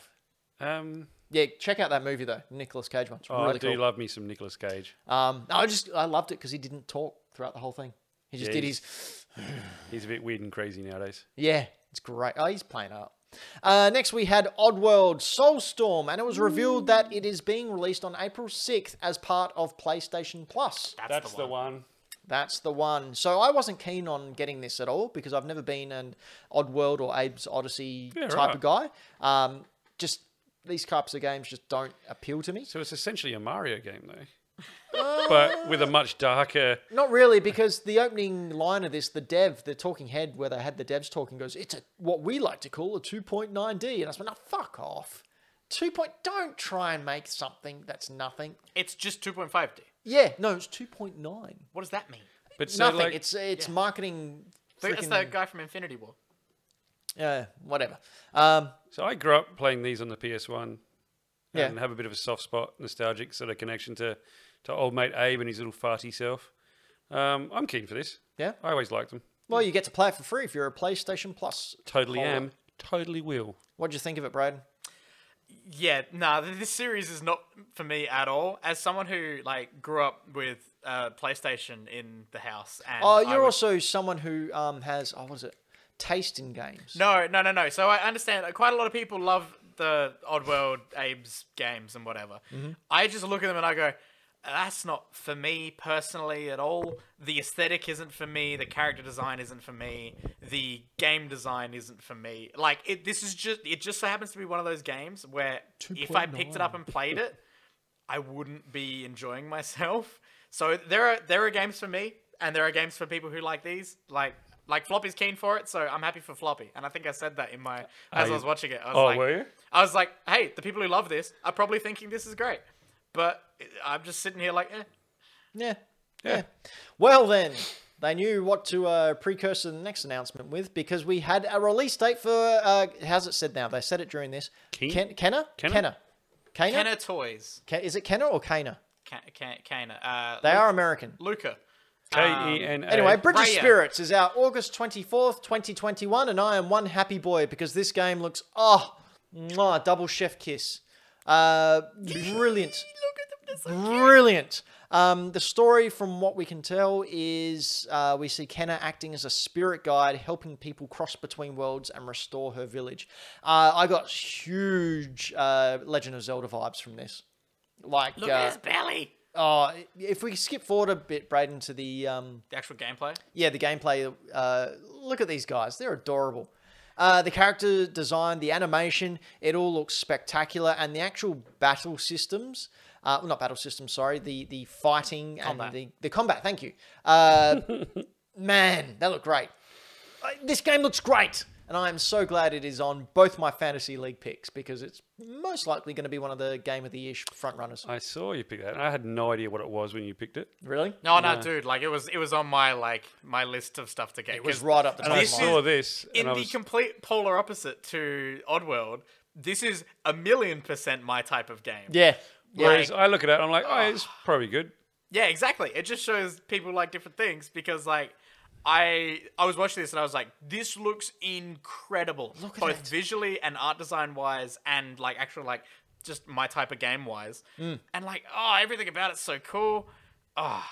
C: Um.
A: Yeah, check out that movie though, Nicolas Cage one. It's
C: oh,
A: really
C: I do
A: cool.
C: love me some Nicolas Cage.
A: um, I just I loved it because he didn't talk throughout the whole thing. He just
C: Yeah,
A: did
C: he's-
A: his
C: He's a bit weird and crazy nowadays.
A: yeah. It's great. Oh, he's playing up. Uh, next we had Oddworld Soulstorm, and it was revealed that it is being released on April sixth as part of PlayStation Plus.
B: that's,
C: That's
B: the one,
A: That's the one. So I wasn't keen on getting this at all because I've never been an Oddworld or Abe's Odyssey
C: Yeah,
A: type of guy. Um, just these types of games just don't appeal to me.
C: So it's essentially a Mario game though, but with a much darker.
A: Not really, because the opening line of this, the dev, the talking head where they had the devs talking, goes, "It's a what we like to call a 2.9D," and I was like, "No, fuck off." Two point. Don't try and make something that's nothing.
B: it's just 2.5d
A: Yeah, no, it's two point nine.
B: what does that mean
C: But so
A: nothing.
C: like,
A: it's it's marketing.
B: That's
A: freaking-
B: the guy from Infinity War.
A: Yeah, whatever. Um,
C: So I grew up playing these on the PS1
A: Yeah.
C: and have a bit of a soft spot, nostalgic sort of connection to, to old mate Abe and his little farty self. Um, I'm keen for this.
A: Yeah.
C: I always liked them.
A: well, you get to play it for free if you're a PlayStation Plus.
C: Totally
A: Hold
C: am.
A: on.
C: Totally will.
A: What'd you think of it, Braden?
B: yeah, nah, th- this series is not for me at all. As someone who like grew up with uh, PlayStation in the house, and
A: Oh,
B: I
A: you're
B: would-
A: also someone who um, has, oh, what is it? Taste in games.
B: no, no, no, no. So I understand. uh, Quite a lot of people love the Oddworld, Abe's games and whatever.
A: Mm-hmm.
B: I just look at them and I go, that's not for me personally at all. The aesthetic isn't for me. The character design isn't for me. The game design isn't for me. Like it, this is just it just so happens to be one of those games where if I picked it up and played it. I wouldn't be enjoying myself. So there are there are games for me, and there are games for people who like these. Like like Floppy's keen for it, so I'm happy for Floppy. And I think I said that in my as
C: you-
B: I was watching it. I was
C: Oh,
B: like, um,
C: were you?
B: I was like, hey, the people who love this are probably thinking this is great, but I'm just sitting here like, eh.
A: Yeah. Yeah. Well, then, they knew what to uh, precursor the next announcement with because we had a release date for, uh, how's it said now? They said it during this.
C: Keen?
A: Ken- Kenna?
C: Kenna?
A: Kenna. Kenna?
B: Kenna Toys,
A: Ke- is it Kenna or Kana?
B: Ka- Ka- Kana, uh,
A: They are American.
B: Luca.
C: K E N A.
A: Anyway, Bridge of
B: Raya.
A: Spirits is out August 24th, 2021, and I am one happy boy because this game looks, oh, mwah, double chef kiss. Uh, brilliant. Brilliant. Um, the story, from what we can tell, is uh, we see Kenna acting as a spirit guide, helping people cross between worlds and restore her village. Uh, I got huge uh, Legend of Zelda vibes from this. Like,
B: Look at
A: uh,
B: his belly.
A: oh, if we skip forward a bit, Braden, to the um,
B: The actual gameplay.
A: yeah, the gameplay. Uh, look at these guys; they're adorable. Uh, the character design, the animation, it all looks spectacular, and the actual battle systems. Uh, well, not battle systems, sorry. The the fighting
B: Combat.
A: and the, the combat. Thank you. Uh, man, they look great. Uh, This game looks great, and I am so glad it is on both my fantasy league picks because it's most likely going to be one of the game of the ish front runners.
C: I saw you pick that. and I had no idea what it was when you picked it.
A: Really?
B: No, no, dude. Like it was, it was on my like my list of stuff to get.
A: It was
B: 'cause
A: right up the
C: And
A: top
C: I
A: of mine.
C: saw this.
B: in
C: and I
B: the
C: was-
B: complete polar opposite to Oddworld, this is a million percent my type of game.
A: Yeah. Yeah.
C: whereas I look at it, I'm like, oh, it's probably good.
B: Yeah, exactly. It just shows people like different things because like I I was watching this and I was like, this looks incredible.
A: Look at
B: both
A: that.
B: visually and art design wise and like actual like just my type of game wise.
A: Mm.
B: And like, oh, everything about it's so cool. Oh,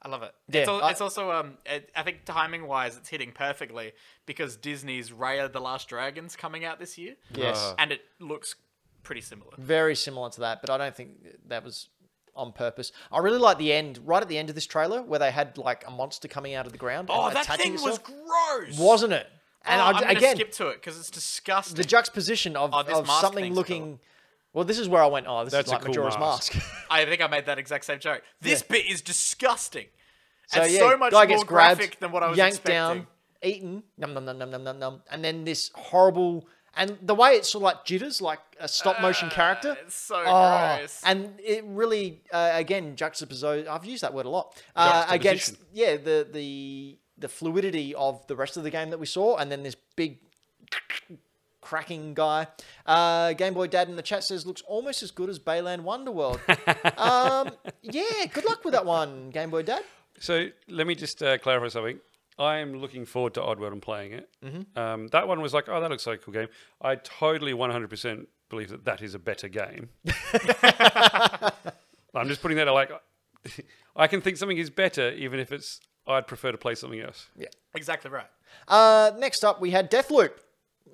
B: I love it. it's,
A: Yeah,
B: al-
A: I-
B: it's also um, it, I think timing wise, it's hitting perfectly because Disney's Raya the Last Dragon's coming out this year.
A: Yes.
C: Ah.
B: and it looks pretty similar.
A: very similar to that, but I don't think that was on purpose. I really like the end, right at the end of this trailer, where they had like a monster coming out of the ground.
B: Oh,
A: and
B: that
A: attaching
B: thing was
A: itself.
B: gross.
A: wasn't it? And
B: oh,
A: I-
B: am gonna
A: again,
B: skip to it because it's disgusting.
A: the juxtaposition of,
B: Oh, this
A: of
B: mask
A: something
B: thing's
A: looking.
B: cool.
A: Well, this is where I went. Oh, this
C: That's
A: is
C: a
A: like
C: cool
A: Majora's Mask.
C: mask.
B: I think I made that exact same joke. This bit is disgusting.
A: so
B: it's
A: yeah,
B: so much
A: guy
B: more
A: gets grabbed,
B: graphic than what I was
A: yanked
B: expecting.
A: down, eaten, num num num num num num num, and then this horrible. And the way it's sort of like jitters, like a stop motion
B: Uh,
A: character.
B: It's so
A: Oh,
B: gross.
A: and it really uh, again juxtaposes. I've used that word a lot uh, against
C: Juxtaposition.
A: yeah the the the fluidity of the rest of the game that we saw, and then this big cracking guy. Uh, Game Boy Dad in the chat says looks almost as good as Bayland Wonderworld. um, yeah, good luck with that one, Game Boy Dad.
C: So let me just uh, clarify something. I am looking forward to Oddworld and playing it. Um, that one was like, oh, that looks like a cool game. I totally 100% believe that that is a better game. I'm just putting that out like, I can think something is better even if it's, I'd prefer to play something else.
B: exactly right.
A: Uh, next up, we had Deathloop.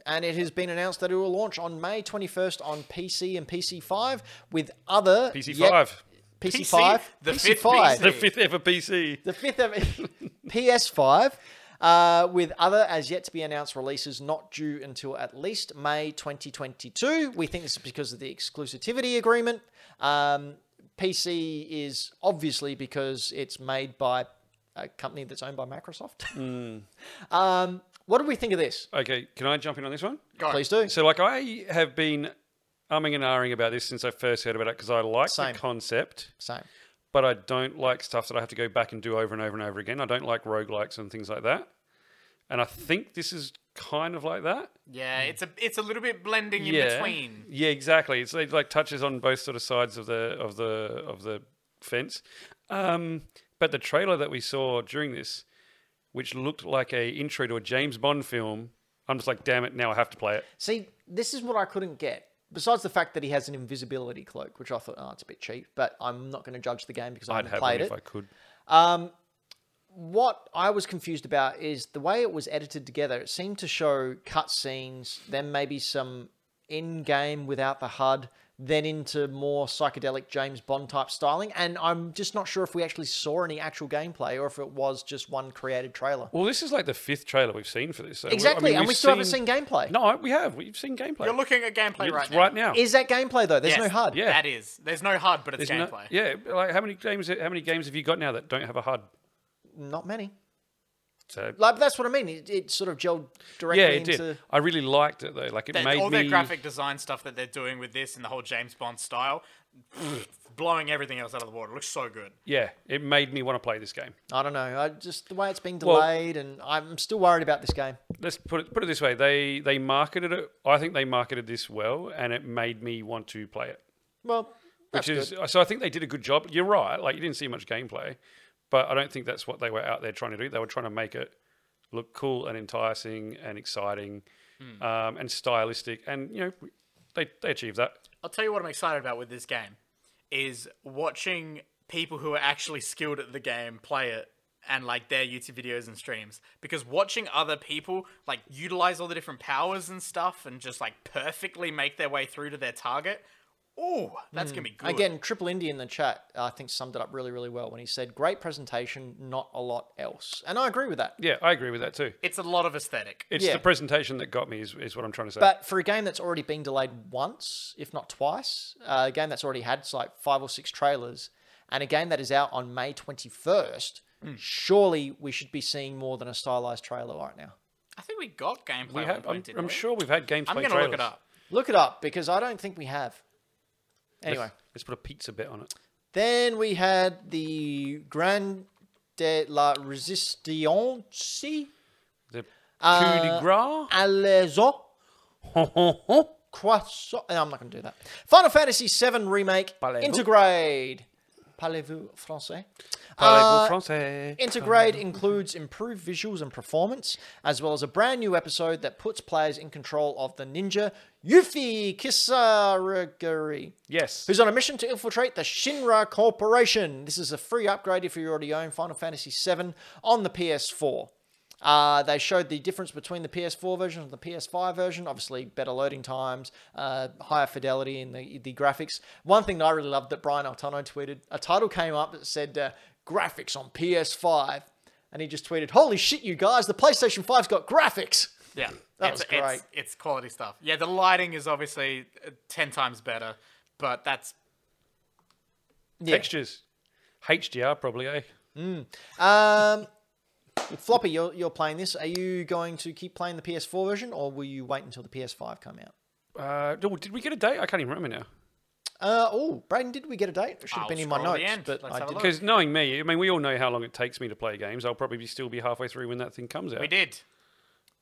A: And it has been announced that it will launch on May 21st on PC and PC5 with other
C: PC5,
A: yet- PC5,
B: the
A: PC5,
B: fifth PC.
C: the fifth ever PC.
A: the fifth of PS5, uh, with other as yet to be announced releases not due until at least May 2022. We think this is because of the exclusivity agreement. Um, PC is obviously because it's made by a company that's owned by Microsoft.
B: Hmm.
A: um, what do we think of this?
C: Okay, can I jump in on this one?
B: Go.
A: Please do.
C: So, like, I have been umming and ahhing about this since I first heard about it because I like
A: Same.
C: the concept.
A: Same.
C: but I don't like stuff that I have to go back and do over and over and over again. I don't like roguelikes and things like that. And I think this is kind of like that.
B: Yeah, it's a it's a little bit blending in between.
C: Yeah, exactly. It's like, like touches on both sort of sides of the of the of the fence. Um, but the trailer that we saw during this, which looked like a intro to a James Bond film, I'm just like, damn it, now I have to play it.
A: See, this is what I couldn't get. Besides the fact that he has an invisibility cloak, which I thought, oh, it's a bit cheap, but I'm not going to judge the game because I
C: I'd
A: haven't
C: have
A: played
C: one
A: it.
C: if I could.
A: what I was confused about is the way it was edited together. It seemed to show cutscenes, then maybe some in game without the HUD, then into more psychedelic James Bond type styling. And I'm just not sure if we actually saw any actual gameplay or if it was just one created trailer.
C: Well, this is like the fifth trailer we've seen for this. So we're- I
A: exactly,
C: mean,
A: and we
C: we've
A: still haven't seen gameplay.
C: No, we have. We've seen gameplay.
B: You're looking at gameplay
C: It's
B: right, now.
C: right now.
A: Is that gameplay though? There's
B: Yes,
A: no HUD.
C: Yeah.
B: That is. There's no HUD, but it's
C: Isn't it?
B: gameplay.
C: yeah, like how many games? How many games have you got now that don't have a HUD?
A: Not many.
C: So
A: Like that's what I mean. It, it sort of gelled directly
C: yeah, it
A: into.
C: did. I really liked it though. Like it
B: That-
C: made
B: all
C: me
B: their graphic design stuff that they're doing with this and the whole James Bond style, blowing everything else out of the water. It looks so good.
C: Yeah, it made me want to play this game.
A: I don't know. I just the way it's been
C: Well-
A: delayed, and I'm still worried about this game.
C: Let's put it put it this way. They they marketed it. I think they marketed this well, and it made me want to play it.
A: Well,
C: Which
A: that's good.
C: is so. I think they did a good job. You're right. Like you didn't see much gameplay, but I don't think that's what they were out there trying to do. They were trying to make it look cool and enticing and exciting,
B: Hmm.
C: um, and stylistic. And you know, they they achieved that.
B: I'll tell you what I'm excited about with this game is watching people who are actually skilled at the game play it and like their YouTube videos and streams because watching other people like utilize all the different powers and stuff and just like perfectly make their way through to their target. Ooh, that's
C: Hmm.
B: going to be good.
A: Again, Triple Indy in the chat, I think, summed it up really, really well when he said, Great presentation, not a lot else. And I agree with that.
C: Yeah, I agree with that too.
B: it's a lot of aesthetic.
C: It's
A: Yeah.
C: the presentation that got me is, is what I'm trying to say.
A: But for a game that's already been delayed once, if not twice, uh, a game that's already had like five or six trailers, and a game that is out on May 21st,
C: Hmm.
A: surely we should be seeing more than a stylized trailer right now.
B: I think we got gameplay.
C: we
B: at one
C: have,
B: point,
C: I'm,
B: didn't
C: I'm
B: we?
C: sure we've had gameplay
B: I'm going to
C: trailers.
B: look it up.
A: Look it up because I don't think we have.
C: Let's-
A: Anyway,
C: let's put a pizza bit on it.
A: then we had the Grande de la Resistance
C: The coup
A: Uh,
C: de grace.
A: à l'Azot.
B: uh,
A: Croissant. No, I'm not going to do that. Final Fantasy VII Remake.
C: Parlez-vous?
A: Integrade. Parlez-vous français?
C: Parlez-vous
A: Uh,
C: français?
A: Integrade includes improved visuals and performance, as well as a brand new episode that puts players in control of the ninja Yuffie Kisariguri,
C: Yes.
A: who's on a mission to infiltrate the Shinra Corporation. This is a free upgrade if you already own Final Fantasy VII on the PS4. Uh, they showed the difference between the PS4 version and the PS5 version. Obviously, better loading times, uh, higher fidelity in the, the graphics. One thing that I really loved that Brian Altano tweeted a title came up that said uh, graphics on PS5. And he just tweeted, Holy shit, you guys, the PlayStation 5's got graphics.
B: Yeah,
A: That
B: it's,
A: was
B: It's, it's quality stuff. Yeah, the lighting is obviously uh, ten times better, but that's
A: Yeah.
C: Textures. HDR probably, eh?
A: Um, Floppy, you're, you're playing this. Are you going to keep playing the PS4 version or will you wait until the PS5 come out?
C: Uh, oh, did we get a date? I can't even remember now.
A: Uh, oh, Braden, did we get a date? It should have
B: I'll
A: been in my
B: scroll to
A: notes,
B: the end.
A: but
B: Let's
A: I
B: have a
A: didn't.
B: look.
C: Because knowing me, I mean, we all know how long it takes me to play games. I'll probably be- still be halfway through when that thing comes out.
B: we did.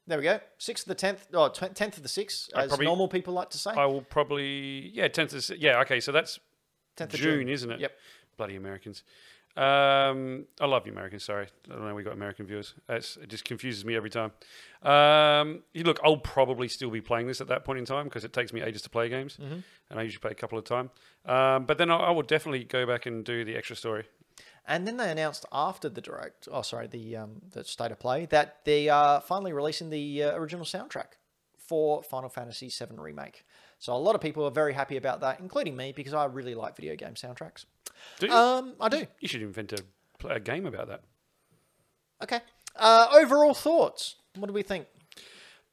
A: There we go. 6th of the 10th, or 10th of the 6th, as
C: probably-
A: normal people like to say.
B: Oh,
C: I will probably, yeah, tenth of se- yeah. Okay, so that's
A: 10th of
C: June, isn't it?
A: Yep.
C: Bloody Americans. Um, I love you, Americans. Sorry, I don't know. We got American viewers. It's, it just confuses me every time. Um, you- look, I'll probably still be playing this at that point in time because it takes me ages to play games, and I usually play a couple of time. Um, but then I, I will definitely go back and do the extra story.
A: And then they announced after the direct, oh, sorry, the, um, the state of play, that they are finally releasing the uh, original soundtrack for Final Fantasy VII Remake. So a lot of people are very happy about that, including me, because I really like video game soundtracks.
B: Hmm.
C: Do you?
A: Um, I do.
C: you should invent a, pl- a game about that.
A: Okay. Uh, overall thoughts. What do we think?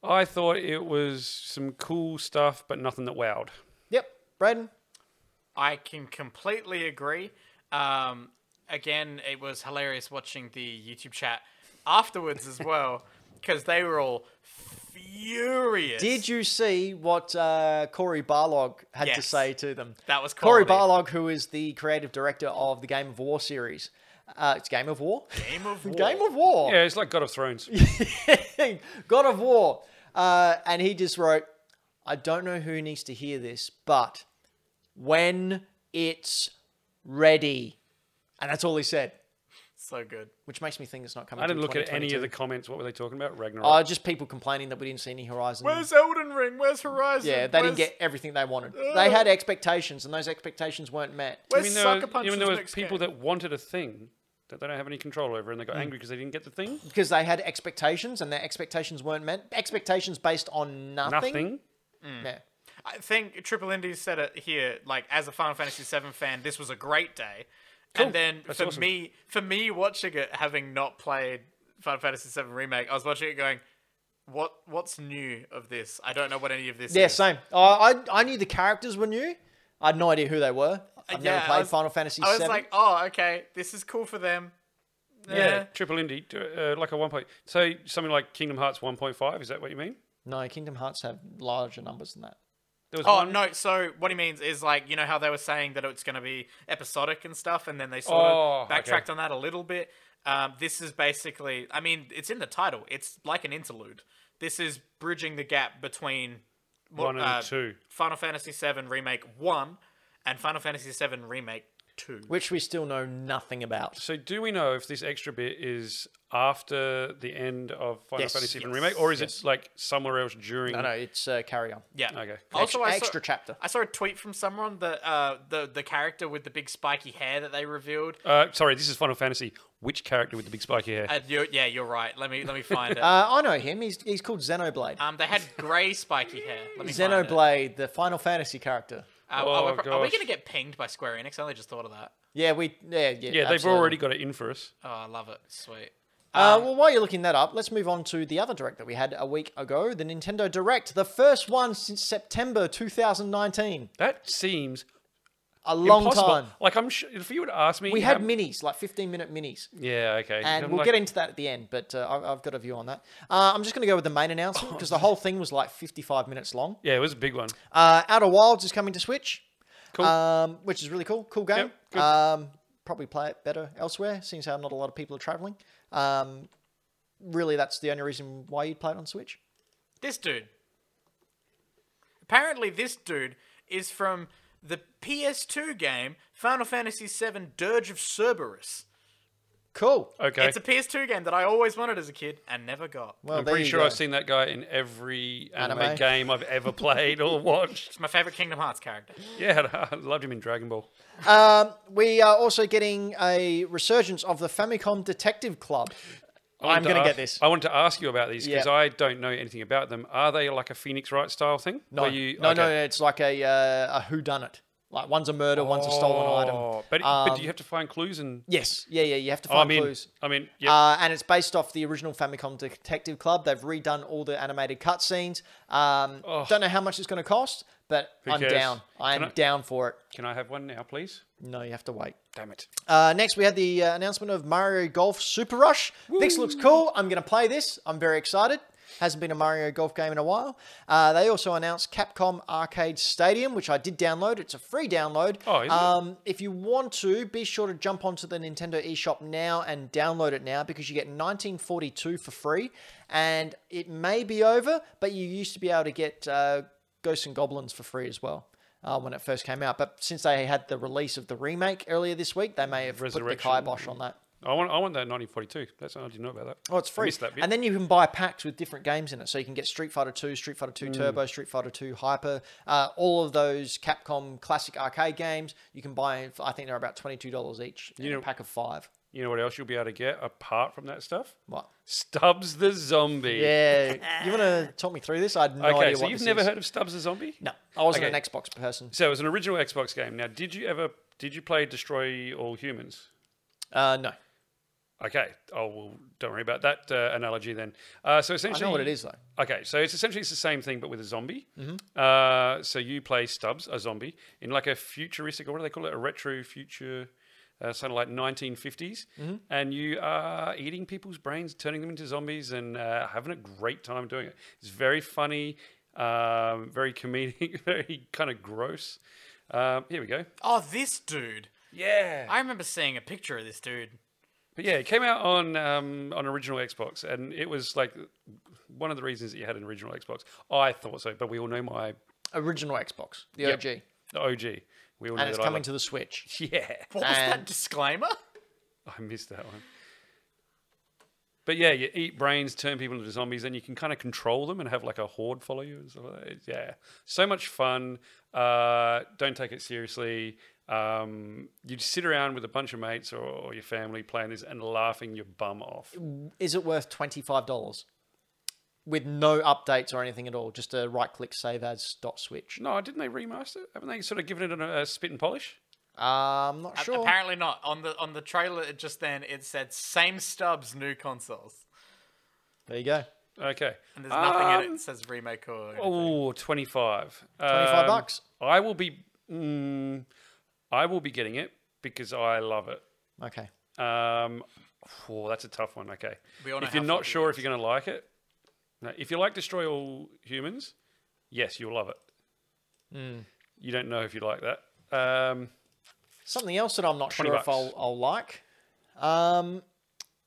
C: I thought it was some cool stuff, but nothing that wowed.
A: Yep. Braden.
B: I can completely agree. Um, again, it was hilarious watching the YouTube chat afterwards as well because they were all furious.
A: Did you see what uh, Corey Barlog had to
B: Yes.
A: say to them?
B: That was
A: Corey
B: quality.
A: Barlog, who is the creative director of the Game of War series. Uh, it's Game of War?
B: Game of War.
A: Game of War.
C: Yeah, it's like God of Thrones.
A: God of War. Uh, and he just wrote, I don't know who needs to hear this, but when it's ready. And that's all he said,
B: So good.
A: which makes me think it's not coming
C: I didn't
A: till
C: look at any of
A: 2022.
C: the comments. What were they talking about? Ragnarok.
A: Oh, just people complaining that we didn't see any Horizon.
B: Where's Elden Ring? Where's Horizon?
A: yeah, they didn't
B: Where's-
A: get everything they wanted. They had expectations, and those expectations weren't met.
C: I
B: Where's
C: mean, there
B: Sucker
C: were,
B: Punch?
C: even there was
B: next
C: people
B: game?
C: that wanted a thing that they don't have any control over, and
A: Mm.
C: they got angry because they didn't get the thing.
A: Because they had expectations, and their expectations weren't met. Expectations based on nothing.
C: Nothing.
A: Yeah.
B: I think Triple Indy said it here, like as a Final Fantasy VII fan, this was a great day. And then
C: That's
B: for
C: awesome.
B: me, for me watching it, having not played Final Fantasy VII remake, I was watching it going, "What? What's new of this? I don't know what any of this
A: Yeah,
B: is."
A: same. I, I I knew the characters were new. I had no idea who they were. I've never
B: yeah, I
A: played
B: was-
A: Final Fantasy
B: I was
A: VII.
B: like, "Oh, okay, this is cool for them." Eh.
C: Triple indie, do- uh, like a one point. So something like Kingdom Hearts 1.5. Is that what you mean?
A: no, Kingdom Hearts have larger numbers than that.
C: There was
B: Oh
C: one-
B: no! So what he means is like you know how they were saying that it's going to be episodic and stuff, and then they sort
C: Oh,
B: of
C: okay.
B: backtracked on that a little bit. Um, this is basically, I mean, it's in the title. It's like an interlude. This is bridging the gap between mo- uh,
C: One and two.
B: Final Fantasy VII remake one and Final Fantasy VII remake two.
A: Which we still know nothing about.
C: So do we know if this extra bit is after the end of Final
A: Yes.
C: Fantasy VII
A: Yes.
C: remake, or is it like somewhere else during?
A: No, no, it's uh, carry on.
B: Yeah.
C: Okay.
B: Also, I
A: extra,
B: saw-
A: extra chapter.
B: I saw a tweet from someone that uh, the the character with the big spiky hair that they revealed.
C: Uh, sorry, this is Final Fantasy. Which character with the big spiky hair?
B: Uh, you yeah, you're right. Let me let me find it.
A: Uh, I know him. He's he's called Xenoblade.
B: Um, they had grey spiky hair. Let me find it.
A: Xenoblade, the Final Fantasy character.
B: Uh,
C: Oh,
B: are, we, pro- are we
C: gosh.
B: gonna get pinged by Square Enix? I only just thought of that.
A: Yeah, we yeah yeah.
C: yeah, they've
A: absolutely.
C: already got it in for us.
B: Oh, I love it. Sweet.
A: Uh,
C: Um,
A: well, while you're looking that up, let's move on to the other direct that we had a week ago, the Nintendo Direct, the first one since September 2019.
C: That seems
A: A long
C: impossible.
A: time.
C: Like I'm sure if you would ask me,
A: We had
C: how-
A: minis, like 15 minute minis.
C: yeah, okay,
A: And
C: I'm
A: we'll
C: like,
A: get into that at the end, but uh, I- I've got a view on that. Uh, I'm just going to go with the main announcement
C: Oh,
A: because the whole thing was like 55 minutes long.
C: Yeah, it was a big one.
A: Uh, Outer Wilds is coming to Switch,
C: Cool.
A: um, which is really cool. Cool game.
C: Yep, good.
A: um, probably play it better elsewhere, seeing how not a lot of people are traveling. Um, really, that's the only reason why you'd play it on Switch.
B: This dude. Apparently, this dude is from the PS2 game Final Fantasy VII: Dirge of Cerberus.
A: Cool.
C: okay.
B: It's a PS2 game that I always wanted as a kid and never got.
A: Well,
C: I'm
A: oh, there
C: pretty
A: you
C: sure
A: go.
C: I've seen that guy in every anime,
A: Anime.
C: game I've ever played or watched.
B: It's my favorite Kingdom Hearts character.
C: Yeah, I loved him in Dragon Ball.
A: Um, we are also getting a resurgence of the Famicom Detective Club.
C: I wanted
A: I'm gonna
C: ask-
A: get this.
C: I want to ask you about these because
A: Yeah.
C: I don't know anything about them. Are they like a Phoenix Wright style thing?
A: No,
C: Where you,
A: no,
C: okay.
A: no, no, it's like a uh, a whodunit. Like one's a murder, one's a
C: Oh,
A: stolen item.
C: But, but do you have to find clues and?
A: Yes, yeah, yeah. You have to
C: I
A: find
C: mean,
A: clues.
C: I mean, yeah.
A: Uh, and it's based off the original Famicom Detective Club. They've redone all the animated cutscenes. Um, Don't know how much it's going to cost, but I'm
C: Oh. cares?
A: down. I am
C: Can I-
A: down for it.
C: Can I have one now, please?
A: No, you have to wait.
C: Damn it!
A: Uh, next, we had the uh, announcement of Mario Golf Super Rush. This looks cool. I'm going to play this. I'm very excited. Hasn't been a Mario Golf game in a while. Uh, they also announced Capcom Arcade Stadium, which I did download. It's a free download.
C: Oh, is it?
A: um, If you want to, be sure to jump onto the Nintendo eShop now and download it now because you get 1942 for free. And it may be over, but you used to be able to get uh, Ghosts and Goblins for free as well. Uh, when it first came out, but since they had the release of the remake earlier this week, they may have put the
C: Resurrection.
A: kibosh on that.
C: I want, I want that 1942. That's I didn't know about that.
A: Oh, it's
C: I
A: free.
C: missed that bit.
A: And then you can buy packs with different games in it. So you can get Street Fighter 2, Street Fighter 2 Turbo, Street Fighter 2 Hyper, uh, all of those Capcom classic arcade games. You can buy, I think they're about $22 each in a
C: know-
A: pack of five.
C: you know what else you'll be able to get apart from that stuff?
A: What?
C: Stubbs the Zombie.
A: Yeah. you want to talk me through this? I had no
C: Okay,
A: idea
C: so
A: what
C: you've
A: this
C: never
A: is.
C: heard of Stubbs the Zombie?
A: No, I wasn't
C: Okay.
A: an Xbox person.
C: So it was an original Xbox game. Now, did you ever did you play Destroy All Humans?
A: Uh, no.
C: Okay. Oh well, don't worry about that uh, analogy then. Uh, so
A: I
C: essentially,
A: know what it is, though.
C: Okay, so it's essentially it's the same thing, but with a zombie. Uh, so you play Stubbs, a zombie, in like a futuristic, or what do they call it, a retro future, uh, sort of like 1950s, and you are eating people's brains, turning them into zombies, and uh, having a great time doing it. It's very funny, um, very comedic, very kind of gross. Um, here we go.
B: Oh, this dude.
C: Yeah.
B: I remember seeing a picture of this dude.
C: But yeah, it came out on um, on original Xbox, and it was like one of the reasons that you had an original Xbox. I thought so, but we all know my
A: Original Xbox, the
C: Yep.
A: OG, and
C: the OG. We all know
A: it's
C: that I
A: coming
C: like,
A: to the Switch.
C: yeah.
B: What was that
A: And-
B: disclaimer?
C: I missed that one. But yeah, you eat brains, turn people into zombies, then you can kind of control them and have like a horde follow you. and stuff like that. It's- Yeah, so much fun. Uh, don't take it seriously. Um, you just sit around with a bunch of mates or, or your family playing this and laughing your bum off.
A: Is it worth twenty five dollars? With no updates or anything at all, just a right click save as dot switch.
C: No, didn't they remaster? it? Haven't they sort of given it a, a spit and polish?
A: Uh, I'm not
B: A-
A: sure.
B: Apparently not. On the on the trailer just then, it said same stubs, new consoles,
A: there you go,
C: Okay.
B: and there's nothing in it
C: Um,
B: that says remake or. anything.
C: Oh, 25.
A: 25 bucks.
C: Um, I will be. Mm, I will be getting it because I love it.
A: okay.
C: Um, oh, that's a tough one. Okay,
B: We all know
C: if you're
B: how
C: not
B: floppy it
C: sure if you're going to like it, no, if you like Destroy All Humans, yes, you'll love it.
B: Hmm.
C: You don't know if you like that. Um,
A: Something else that I'm not
C: 20
A: sure if
C: bucks.
A: I'll, I'll like. Um,